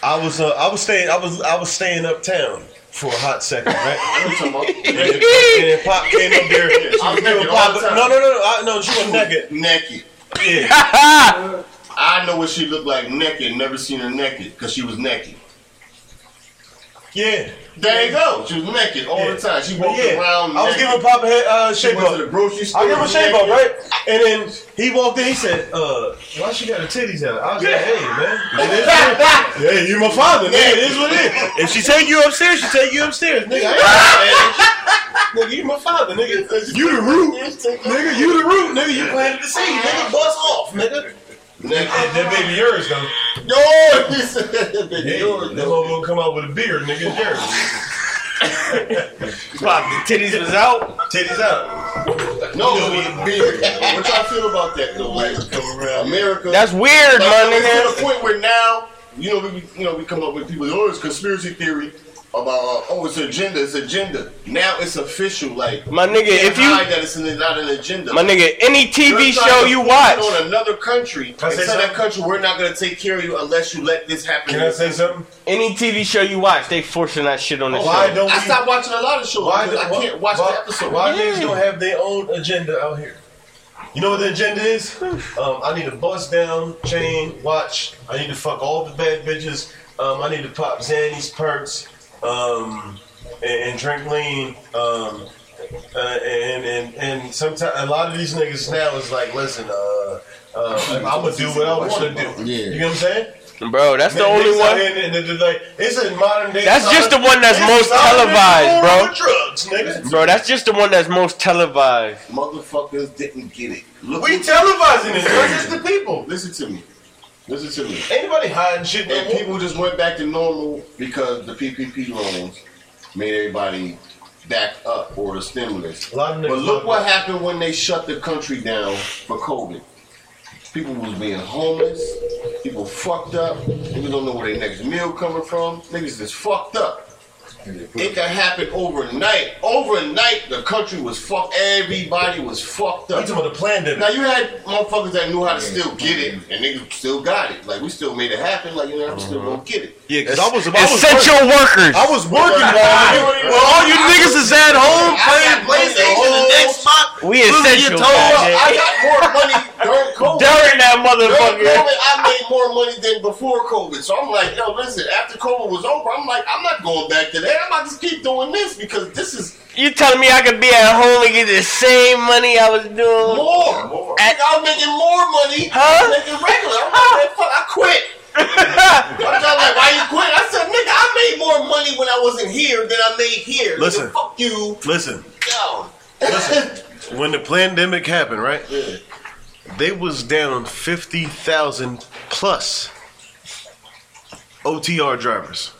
Speaker 12: I was uh, I was staying I was I was staying uptown for a hot second, right?
Speaker 2: I'm talking about-
Speaker 12: and, then Pop came up there. She
Speaker 2: I'm
Speaker 12: was
Speaker 2: naked
Speaker 12: giving
Speaker 2: all
Speaker 12: Pop.
Speaker 2: the
Speaker 12: No,
Speaker 2: time.
Speaker 12: no, no, no, I, no. She was naked.
Speaker 2: naked.
Speaker 12: Yeah.
Speaker 2: I know what she looked like naked. Never seen her naked because she was naked.
Speaker 12: Yeah,
Speaker 2: There you go. She was naked all
Speaker 12: Yeah.
Speaker 2: the time. She
Speaker 12: but
Speaker 2: walked
Speaker 12: yeah.
Speaker 2: around.
Speaker 12: I was
Speaker 2: naked.
Speaker 12: giving Pop a head, uh,
Speaker 2: She
Speaker 12: shape
Speaker 2: went to the
Speaker 12: up.
Speaker 2: grocery store.
Speaker 12: I give him a shape up,
Speaker 2: naked.
Speaker 12: right? And then he walked in. He said,
Speaker 5: Uh, why she got her titties out? I was like, hey, man.
Speaker 12: "Yeah, you my father. Man, it is what it is. If she take you upstairs, she take you upstairs, nigga.
Speaker 5: Nigga, you my father, nigga.
Speaker 12: You the root,
Speaker 5: Nigga, you the root, nigga. You planted the seed, nigga. Bust off, nigga.
Speaker 2: Naked.
Speaker 5: That baby yours, though.
Speaker 2: Yo, he said, "Baby,
Speaker 5: Yeah,
Speaker 2: yours,
Speaker 5: that
Speaker 2: though."
Speaker 5: motherfucker will come out with a beard, nigga. It's yours.
Speaker 4: Pop, the titties was out.
Speaker 5: Titties out.
Speaker 2: No, with a beard. What y'all feel about that though? Like America.
Speaker 4: That's weird,
Speaker 2: like,
Speaker 4: my
Speaker 2: It's to the point where now, you know, we you know we come up with people. Oh, it's conspiracy theory about uh, oh, it's agenda. It's agenda. Now it's official. Like
Speaker 4: nigga. My nigga,
Speaker 2: can't
Speaker 4: if you,
Speaker 2: hide that it's an- not an agenda.
Speaker 4: my nigga, any
Speaker 2: You're
Speaker 4: TV
Speaker 2: trying
Speaker 4: show
Speaker 2: to
Speaker 4: you
Speaker 2: put
Speaker 4: watch,
Speaker 2: it on another country and
Speaker 5: Can I say
Speaker 2: tell that
Speaker 5: something?
Speaker 2: country we're not going to take care of you unless you let this happen.
Speaker 5: Can I say something?
Speaker 4: any TV show you watch, they forcing that shit on the
Speaker 5: Why
Speaker 4: show.
Speaker 5: don't
Speaker 2: I
Speaker 5: we?
Speaker 2: stopped watching a lot of shows.
Speaker 5: Why
Speaker 2: because
Speaker 5: do,
Speaker 2: I can't watch
Speaker 5: why,
Speaker 2: the episode.
Speaker 5: Why
Speaker 4: Yeah.
Speaker 5: niggas don't have their own agenda out here? You know what the agenda is? Um, I need a bust down, chain, watch. I need to fuck all the bad bitches. Um, I need to pop Xannies, perks, um, and, and drink lean. Um, uh, and and and sometimes a lot of these niggas now is like, listen, uh, uh, I'm gonna do what I want to do. You know what I'm saying?
Speaker 4: Bro, that's the only
Speaker 5: Niggas out
Speaker 4: one.
Speaker 5: here And, and, and, like, it's a modern day.
Speaker 4: That's just the one that's
Speaker 5: It's
Speaker 4: most
Speaker 5: modern day war
Speaker 4: televised, bro.
Speaker 5: with Drugs, nigga.
Speaker 4: Bro, that's just the one that's most televised.
Speaker 2: Motherfuckers didn't get it. Look,
Speaker 5: We televising this. This is the people.
Speaker 2: listen to me. Listen to me.
Speaker 5: Anybody hiding shit?
Speaker 2: And people just went back to normal because the PPP loans made everybody back up or the stimulus.
Speaker 5: A lot of niggas
Speaker 2: But look
Speaker 5: love
Speaker 2: what happened when they shut the country down for COVID. People was being homeless. People fucked up. Niggas don't know where their next meal coming from. Niggas just fucked up. It could happen overnight. Overnight, the country was fucked. Everybody was fucked
Speaker 5: You
Speaker 2: up.
Speaker 5: talking about the plan
Speaker 2: Now
Speaker 5: that
Speaker 2: you had motherfuckers that knew how to still get it, and niggas still got it. Like we still made it happen. Like you know, I'm still gonna get it.
Speaker 12: Yeah, because I was I was working.
Speaker 4: Essential workers.
Speaker 12: I was working, dog. Well, all you niggas is at
Speaker 2: I
Speaker 12: home
Speaker 2: got money
Speaker 12: playing PlayStation. The next spot.
Speaker 4: We essential.
Speaker 12: told
Speaker 4: goddamn.
Speaker 2: I got more money during COVID.
Speaker 4: During that
Speaker 2: During COVID,
Speaker 4: motherfucker.
Speaker 2: I made make more money than before COVID. So I'm like, yo, listen, after COVID was over, I'm like, I'm not going back to that. I'm about to keep doing this because this is
Speaker 4: You telling me I could be at home and get the same money I was doing?
Speaker 2: more.
Speaker 4: At-
Speaker 2: And I'm making more money
Speaker 4: Huh?
Speaker 2: than making regular. I'm like, man, fuck, I quit. I'm just like, why you quit? I said, nigga, I made more money when I wasn't here than I made here. Nigga,
Speaker 12: Listen.
Speaker 2: fuck you.
Speaker 12: Listen,
Speaker 2: Yo.
Speaker 12: when the pandemic happened, right? They was down fifty thousand plus OTR drivers,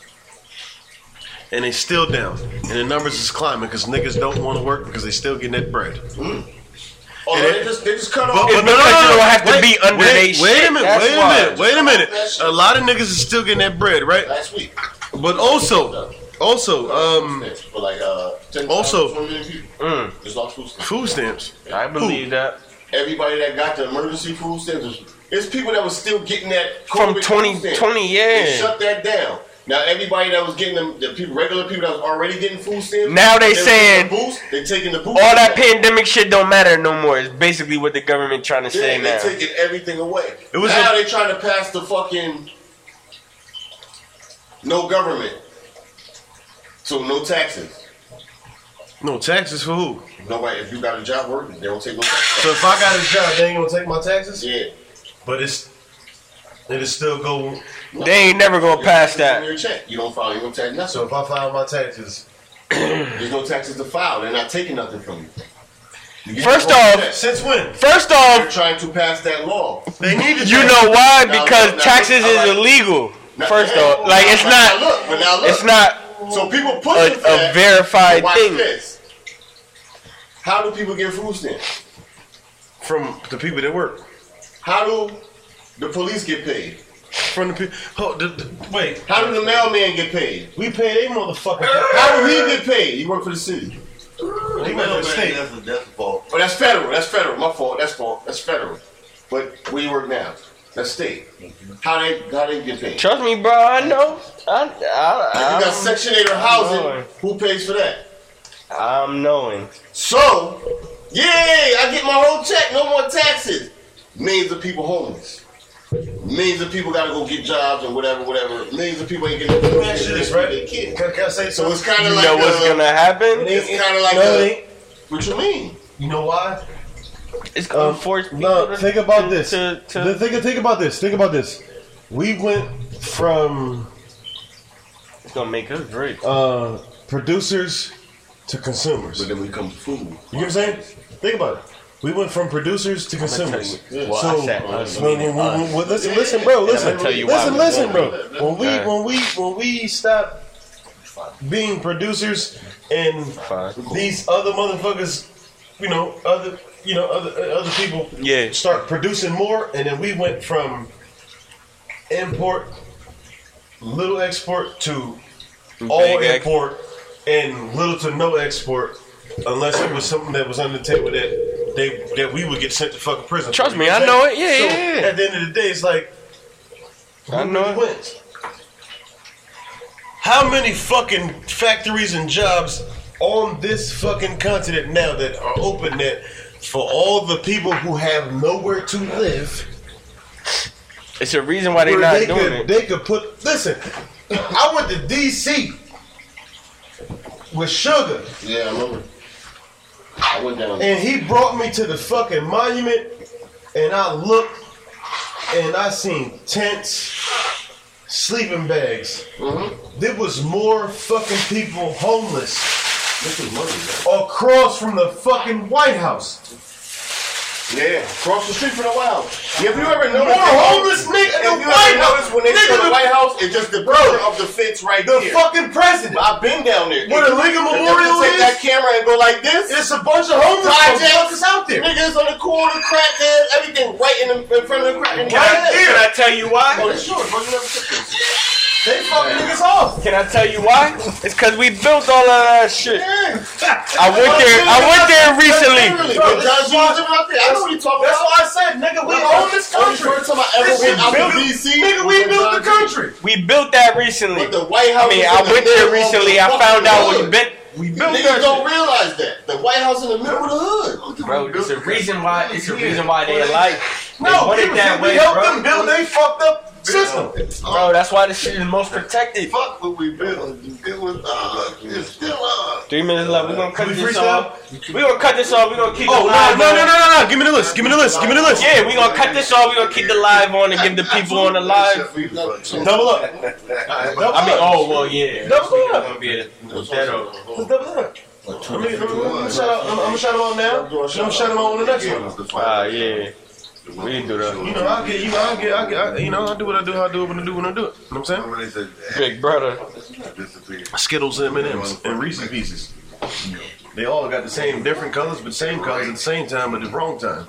Speaker 12: and they still down, and the numbers is climbing because niggas don't want to work because they still getting that bread.
Speaker 2: Oh,
Speaker 12: And
Speaker 2: they
Speaker 12: it-
Speaker 2: just, they just cut
Speaker 12: But,
Speaker 2: off.
Speaker 12: but no, no,
Speaker 4: because
Speaker 12: no,
Speaker 4: you don't
Speaker 12: no,
Speaker 4: have to be under
Speaker 12: wait,
Speaker 4: they
Speaker 12: wait
Speaker 4: shit,
Speaker 12: a minute,
Speaker 4: that's
Speaker 12: wait a
Speaker 4: why.
Speaker 12: minute, wait a minute. A lot of niggas is still getting that bread, right?
Speaker 2: Last week.
Speaker 12: But also, also, um,
Speaker 2: For like, uh, 10,
Speaker 12: Also-
Speaker 2: 20 million people.
Speaker 4: mm.
Speaker 2: Just lost food stamps.
Speaker 12: food stamps.
Speaker 4: I believe that.
Speaker 2: Everybody that got the emergency food stamps, was- it's people that was still getting that
Speaker 4: From
Speaker 2: COVID
Speaker 4: 20,
Speaker 2: food stamps.
Speaker 4: 20
Speaker 2: They
Speaker 4: years.
Speaker 2: shut that down. Now everybody that was getting them, the people, regular people that was already getting food stamps.
Speaker 4: Now they
Speaker 2: were
Speaker 4: saying
Speaker 2: getting the boost, they taking the boost.
Speaker 4: All that pandemic shit don't matter no more. It's basically what the government trying to
Speaker 2: Yeah,
Speaker 4: say
Speaker 2: they
Speaker 4: now.
Speaker 2: taking everything away.
Speaker 12: It was
Speaker 2: now
Speaker 12: a-
Speaker 2: they trying to pass the fucking no government, so no taxes.
Speaker 12: No taxes for who?
Speaker 2: Nobody, if you got a job working, they don't take no taxes.
Speaker 5: So if I got a job, they ain't gonna take my taxes.
Speaker 2: yeah,
Speaker 12: But it's it is still going.
Speaker 4: They ain't never gonna pass
Speaker 2: Your taxes in
Speaker 4: that.
Speaker 2: Your check, you don't file, you don't tax nothing.
Speaker 5: So if I file my taxes,
Speaker 4: Mm.
Speaker 2: There's no taxes to file. They're not taking nothing from you. you get
Speaker 4: First
Speaker 2: your own
Speaker 4: off-
Speaker 2: tax.
Speaker 12: Since when?
Speaker 4: First
Speaker 2: they're
Speaker 4: off,
Speaker 2: trying to pass that law.
Speaker 12: They need to
Speaker 4: you
Speaker 12: tax-
Speaker 4: know why?
Speaker 2: Now,
Speaker 4: Because
Speaker 2: now,
Speaker 4: taxes
Speaker 2: now,
Speaker 4: is
Speaker 2: like-
Speaker 4: illegal.
Speaker 2: Now-
Speaker 4: First
Speaker 2: hey,
Speaker 4: off,
Speaker 2: well,
Speaker 4: like
Speaker 2: now-
Speaker 4: it's
Speaker 2: but
Speaker 4: not.
Speaker 2: Now look, but now look.
Speaker 4: It's not
Speaker 2: So people
Speaker 4: a,
Speaker 2: pushing for
Speaker 4: a
Speaker 2: that.
Speaker 4: verified
Speaker 2: Watch
Speaker 4: thing.
Speaker 2: this. How do people get food stamps?
Speaker 12: from the people that work.
Speaker 2: How do the police get paid?
Speaker 12: From the people. Oh, the, the- wait.
Speaker 2: How do the mailman get paid?
Speaker 5: we pay they motherfucker.
Speaker 2: How do he get paid? You work for the city.
Speaker 12: They went to the state.
Speaker 7: That's a death fault.
Speaker 2: But that's federal. That's federal. My fault. That's fault. That's federal. But where you work now? That's state. How they how they get paid?
Speaker 4: Trust me, bro. I know. I,
Speaker 2: If you
Speaker 5: Um,
Speaker 2: got
Speaker 4: I,
Speaker 2: Section 8 or housing,
Speaker 4: Lord.
Speaker 2: who pays for that?
Speaker 4: I'm, I'm knowing.
Speaker 2: So, yay, I get my whole check, no more taxes. Millions of people homeless. Millions of people gotta go get jobs and whatever, whatever. Millions of people ain't getting the
Speaker 5: That's
Speaker 2: taxes
Speaker 5: right.
Speaker 2: for their kids.
Speaker 5: Can, can I say
Speaker 2: So
Speaker 5: something?
Speaker 2: it's kinda
Speaker 4: You
Speaker 2: like
Speaker 4: know what's
Speaker 2: uh,
Speaker 4: gonna happen?
Speaker 2: it's kinda like
Speaker 5: No,
Speaker 2: uh,
Speaker 5: it ain't.
Speaker 2: what you mean?
Speaker 5: You know why?
Speaker 4: It's gonna
Speaker 2: uh,
Speaker 5: Um,
Speaker 4: force people
Speaker 5: No,
Speaker 4: to,
Speaker 5: think about
Speaker 4: to-
Speaker 5: this.
Speaker 4: to- to-
Speaker 5: Th- think, think about this. Think about this. We went from
Speaker 4: it's gonna make us rich.
Speaker 5: uh, producers to consumers.
Speaker 2: But then we come to food.
Speaker 5: You know what I'm saying? Think about it. We went from producers to consumers.
Speaker 4: tell you-
Speaker 5: So,
Speaker 4: well, I said us,
Speaker 5: when-
Speaker 4: meaning
Speaker 5: when- when-
Speaker 4: us.
Speaker 5: when- listen, listen, bro,
Speaker 4: And I'ma
Speaker 5: listen,
Speaker 4: tell you why
Speaker 5: listen,
Speaker 4: we
Speaker 5: listen,
Speaker 4: won.
Speaker 5: bro. When we,
Speaker 4: Okay.
Speaker 5: when we, when we stop being producers and these other motherfuckers, you know, other, you know, other, other people
Speaker 4: Yeah.
Speaker 5: start producing more, and then we went from import, little export to all
Speaker 4: Big ex-
Speaker 5: import and little to no export, unless it was something that was on the table that they that we would get sent to fucking prison.
Speaker 4: Trust
Speaker 5: for.
Speaker 4: me,
Speaker 5: You
Speaker 4: I
Speaker 5: what
Speaker 4: know
Speaker 5: I'm
Speaker 4: it. Yeah,
Speaker 5: saying?
Speaker 4: yeah,
Speaker 5: So,
Speaker 4: yeah.
Speaker 5: At the end of the day, it's like
Speaker 4: I know
Speaker 5: who
Speaker 4: it.
Speaker 5: wins? How many fucking factories and jobs on this fucking continent now that are open that for all the people who have nowhere to live?
Speaker 4: It's a reason why they're
Speaker 5: where
Speaker 4: not
Speaker 5: they
Speaker 4: doing
Speaker 5: could,
Speaker 4: it.
Speaker 5: They could put. Listen, I went to DC with Sugar,
Speaker 2: Yeah, I remember. I went down
Speaker 5: and he brought me to the fucking monument, and I looked, and I seen tents, sleeping bags. There was more fucking people homeless
Speaker 2: this was money, man.
Speaker 5: across from the fucking White House.
Speaker 2: Yeah, across the street from the White House. If you ever notice,
Speaker 5: More homeless nigga
Speaker 2: If
Speaker 5: than the
Speaker 2: you ever
Speaker 5: White
Speaker 2: notice
Speaker 5: House.
Speaker 2: when they
Speaker 5: Nigga,
Speaker 2: show the
Speaker 5: the-
Speaker 2: White House, it's just the picture of the fence right
Speaker 5: The
Speaker 2: here.
Speaker 5: fucking president.
Speaker 2: I've been down there.
Speaker 5: Where the Lincoln
Speaker 2: If you
Speaker 5: Memorial is?
Speaker 2: take that camera and go like this.
Speaker 5: It's a bunch of homeless
Speaker 2: Projects.
Speaker 5: motherfuckers out there.
Speaker 2: Niggas on the corner, crack there, everything right in, the, in front of the crack. in the-
Speaker 5: Right
Speaker 4: Can
Speaker 5: there.
Speaker 4: I tell you
Speaker 2: Oh,
Speaker 4: why?
Speaker 2: that's yours, bro. You never took this.
Speaker 5: They fucking niggas off.
Speaker 4: Can I tell you why? It's because we built all of that shit. I went there. I went there
Speaker 2: Literally,
Speaker 4: recently.
Speaker 5: Bro,
Speaker 2: but John
Speaker 5: this is why-
Speaker 2: Jones out there. I know what he's talking
Speaker 5: That's
Speaker 2: about.
Speaker 5: why I said, nigga, we own this country.
Speaker 2: First time I ever
Speaker 5: This
Speaker 2: went
Speaker 5: shit
Speaker 2: out
Speaker 5: built,
Speaker 2: to DC.
Speaker 5: nigga, we
Speaker 2: was
Speaker 5: built
Speaker 2: John
Speaker 5: the country.
Speaker 4: We built that recently.
Speaker 2: But the White House.
Speaker 4: I mean,
Speaker 2: is
Speaker 4: I
Speaker 2: in the
Speaker 4: went there
Speaker 2: middle of the
Speaker 4: recently. I
Speaker 2: fucking
Speaker 4: found out we
Speaker 2: hood.
Speaker 4: built. We built
Speaker 2: Niggas
Speaker 4: that
Speaker 2: don't
Speaker 4: shit.
Speaker 2: realize that the White House in the middle of the hood.
Speaker 4: Bro, it's a reason why. It's a reason why they like. No,
Speaker 13: want it
Speaker 4: people
Speaker 13: that
Speaker 4: think we
Speaker 13: way,
Speaker 4: help
Speaker 13: bro.
Speaker 4: them build they fucked up system.
Speaker 5: "Oh,
Speaker 4: Bro, that's why this shit is most protected.
Speaker 2: Fuck what we built. It was
Speaker 5: uh,
Speaker 2: ours. It's still ours.
Speaker 4: Three minutes left. We're gonna cut
Speaker 5: we
Speaker 4: this
Speaker 5: freestyle?
Speaker 4: off. We're gonna cut this off. We're gonna keep
Speaker 5: Oh, no,
Speaker 4: the live
Speaker 5: no,
Speaker 4: on.
Speaker 5: no, no, no, no. Give me the list. Give me the list. Give me the list.
Speaker 4: Yeah, we're gonna cut this off. We're gonna keep the live on and give the people on the live.
Speaker 5: Double up.
Speaker 4: I mean, oh, well, yeah.
Speaker 13: Double
Speaker 4: We're
Speaker 13: up.
Speaker 4: gonna be a- that over.
Speaker 13: I'm gonna shout out. I'm gonna shout out now. I'm gonna shout out on the next one.
Speaker 4: Ah, yeah. We didn't do that.
Speaker 13: You know, I get, you know, I get, I get, I, you know, I do what I do, how I do it when I do when I do it. You know what I'm saying?
Speaker 4: Big brother.
Speaker 13: Skittles and M&Ms and Reese's Pieces. They all got the same, different colors, but same colors at the same time, but the wrong time.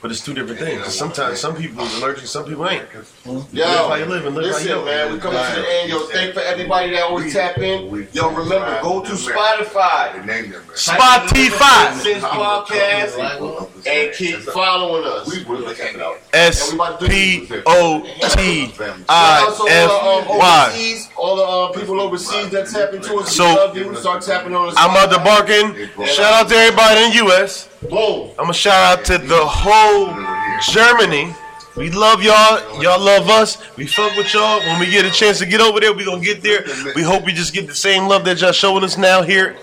Speaker 13: But it's two different things. And sometimes some people is allergic, some people ain't. Live how you
Speaker 2: Yo,
Speaker 13: live and live how you
Speaker 2: listen, man, we
Speaker 13: live.
Speaker 2: coming to the end. Yo, thank for everybody that always tap in. Yo, remember, go to Spotify.
Speaker 5: Spotify.
Speaker 2: Since podcast and keep following us.
Speaker 5: S P O T I F
Speaker 2: Why?
Speaker 5: Y.
Speaker 2: All the uh, people overseas that tap into us,
Speaker 5: So-
Speaker 2: we love you. Start tapping on us.
Speaker 5: I'm out the barking. Shout out to everybody in the U.S.
Speaker 2: Boom.
Speaker 5: I'm gonna shout out to the whole Germany. We love y'all. Y'all love us. We fuck with y'all. When we get a chance to get over there, we gonna get there. We hope we just get the same love that y'all showing us now here.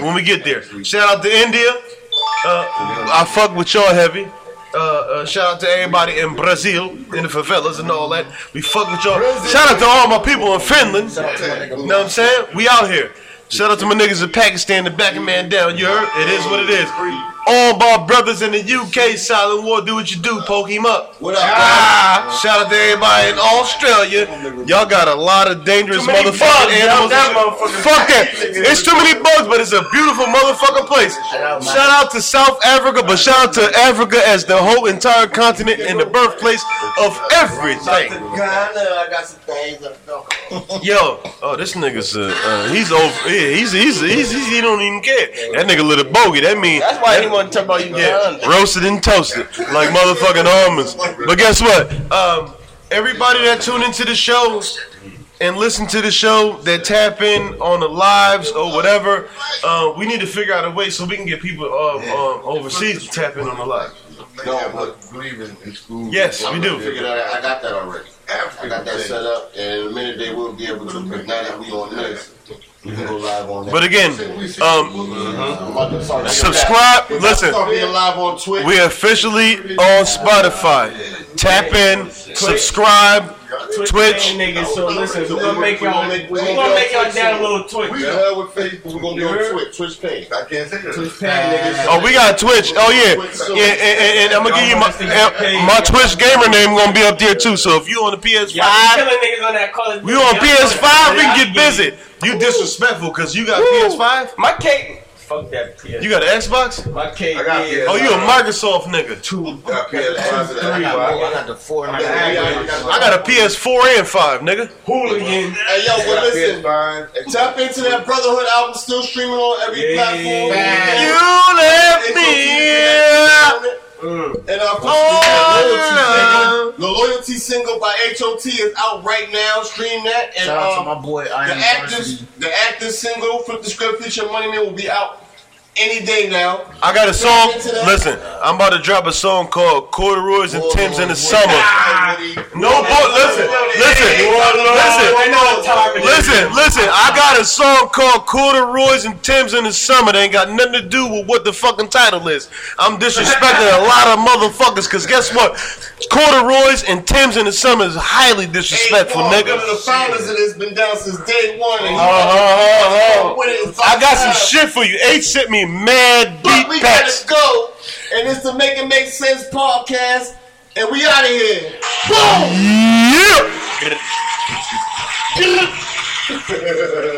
Speaker 5: When we get there, shout out to India. Uh, I fuck with y'all heavy. Uh, uh, shout out to everybody in Brazil, in the favelas and all that. We fuck with y'all. Shout out to all my people in Finland. You know what I'm saying? We out here. Shout out to my niggas in Pakistan, the back man down. You heard? It is what it is. All my brothers in the UK, Silent War, do what you do, poke him up.
Speaker 2: What up,
Speaker 5: Ah, shout out to everybody in Australia. Y'all got a lot of dangerous
Speaker 4: many
Speaker 5: motherfucking
Speaker 4: bugs, yo.
Speaker 5: animals.
Speaker 4: That motherfucker-
Speaker 5: Fuck that. It's too many bugs, but it's a beautiful motherfucking place. Shout out to South Africa, but shout out to Africa as the whole entire continent and the birthplace of everything.
Speaker 2: I got some things.
Speaker 5: Yo, oh this nigga's uh, uh he's over. Yeah, he's, he's he's he's he don't even care. That nigga lit a bogey. That mean
Speaker 4: That's why he want to talk about Uganda.
Speaker 5: yeah, roasted and toasted like motherfucking almonds. But guess what? Um, everybody that tune into the shows and listen to the show, that tap in on the lives or whatever, uh, we need to figure out a way so we can get people um, um, overseas to tap in on the live.
Speaker 2: No, but
Speaker 12: Believe in, in school.
Speaker 5: Yes, we
Speaker 2: I'm gonna
Speaker 5: do.
Speaker 2: Figure that out. I got that already. I got that set up, and in a minute they will be able to. But now that we on this, we can go live on that.
Speaker 5: But again, um,
Speaker 2: I'm about to start-
Speaker 5: subscribe.
Speaker 2: I'm about to
Speaker 5: Listen.
Speaker 2: Start being live on Twitch.
Speaker 5: We officially on Spotify. Tap in, subscribe, Twitch.
Speaker 4: niggas. So listen, we're gonna make
Speaker 2: We
Speaker 4: y'all.
Speaker 2: gonna make- we
Speaker 4: We're
Speaker 2: gonna
Speaker 4: gonna make
Speaker 2: make
Speaker 4: y'all
Speaker 2: y'all
Speaker 4: download
Speaker 2: We
Speaker 4: Twitch.
Speaker 2: the hell with Facebook. We're gonna be on
Speaker 4: Yeah.
Speaker 2: Twitch. Twitch page.
Speaker 12: I can't say that.
Speaker 4: Twitch paying niggas.
Speaker 5: Oh, we got Twitch. Oh yeah, yeah. And, and- and I'm gonna give you my and my Twitch gamer name gonna be up there too. So if you on the
Speaker 4: Y'all be
Speaker 5: PS5,
Speaker 4: killing niggas on that Call of
Speaker 5: we
Speaker 4: Duty.
Speaker 5: on
Speaker 4: Y'all
Speaker 5: PS5, we
Speaker 4: know that.
Speaker 5: can get busy. You disrespectful because you got PS5.
Speaker 4: My cake. Fuck that PS.
Speaker 5: You got an Xbox?
Speaker 4: My cake.
Speaker 12: I got
Speaker 4: is-
Speaker 12: PS.
Speaker 5: Oh, you a Microsoft nigga.
Speaker 12: Got PS5 and
Speaker 3: I
Speaker 12: that.
Speaker 3: got, I got the four and I got
Speaker 5: I got a PS4 and five, nigga.
Speaker 4: Hooligan.
Speaker 2: Hey yo, well listen. Tap into that Brotherhood album. Still streaming on every
Speaker 4: Yeah.
Speaker 2: platform.
Speaker 5: You left me.
Speaker 4: Mm.
Speaker 2: And our
Speaker 5: Oh,
Speaker 2: the loyalty single by HOT is out right now. Stream that and
Speaker 3: Shout out to
Speaker 2: um,
Speaker 3: my boy I
Speaker 2: the
Speaker 3: am
Speaker 2: actors,
Speaker 3: Varsity.
Speaker 2: the actors single Flip the Script Future Money Man will be out any day now.
Speaker 5: I got a song. Listen, I'm about to drop a song called Corduroys and Tims in the Summer. No, but listen, listen, listen, listen, listen. I got a song called Corduroys and Tims in the Summer that ain't got nothing to do with what the fucking title is. I'm disrespecting a lot of motherfuckers because guess what? Corduroys and Tims in the Summer is highly disrespectful,
Speaker 2: Hey, Paul,
Speaker 5: nigga.
Speaker 2: One of the founders of this been down since day one. And he-
Speaker 5: Uh-huh, uh-huh.
Speaker 2: With it, it's
Speaker 5: I got some
Speaker 2: outside.
Speaker 5: shit for you. H sent me mad
Speaker 2: But
Speaker 5: beat
Speaker 2: we
Speaker 5: packs.
Speaker 2: gotta go, and it's the Make It Make Sense podcast, and we out of here. Boom.
Speaker 5: Yeah.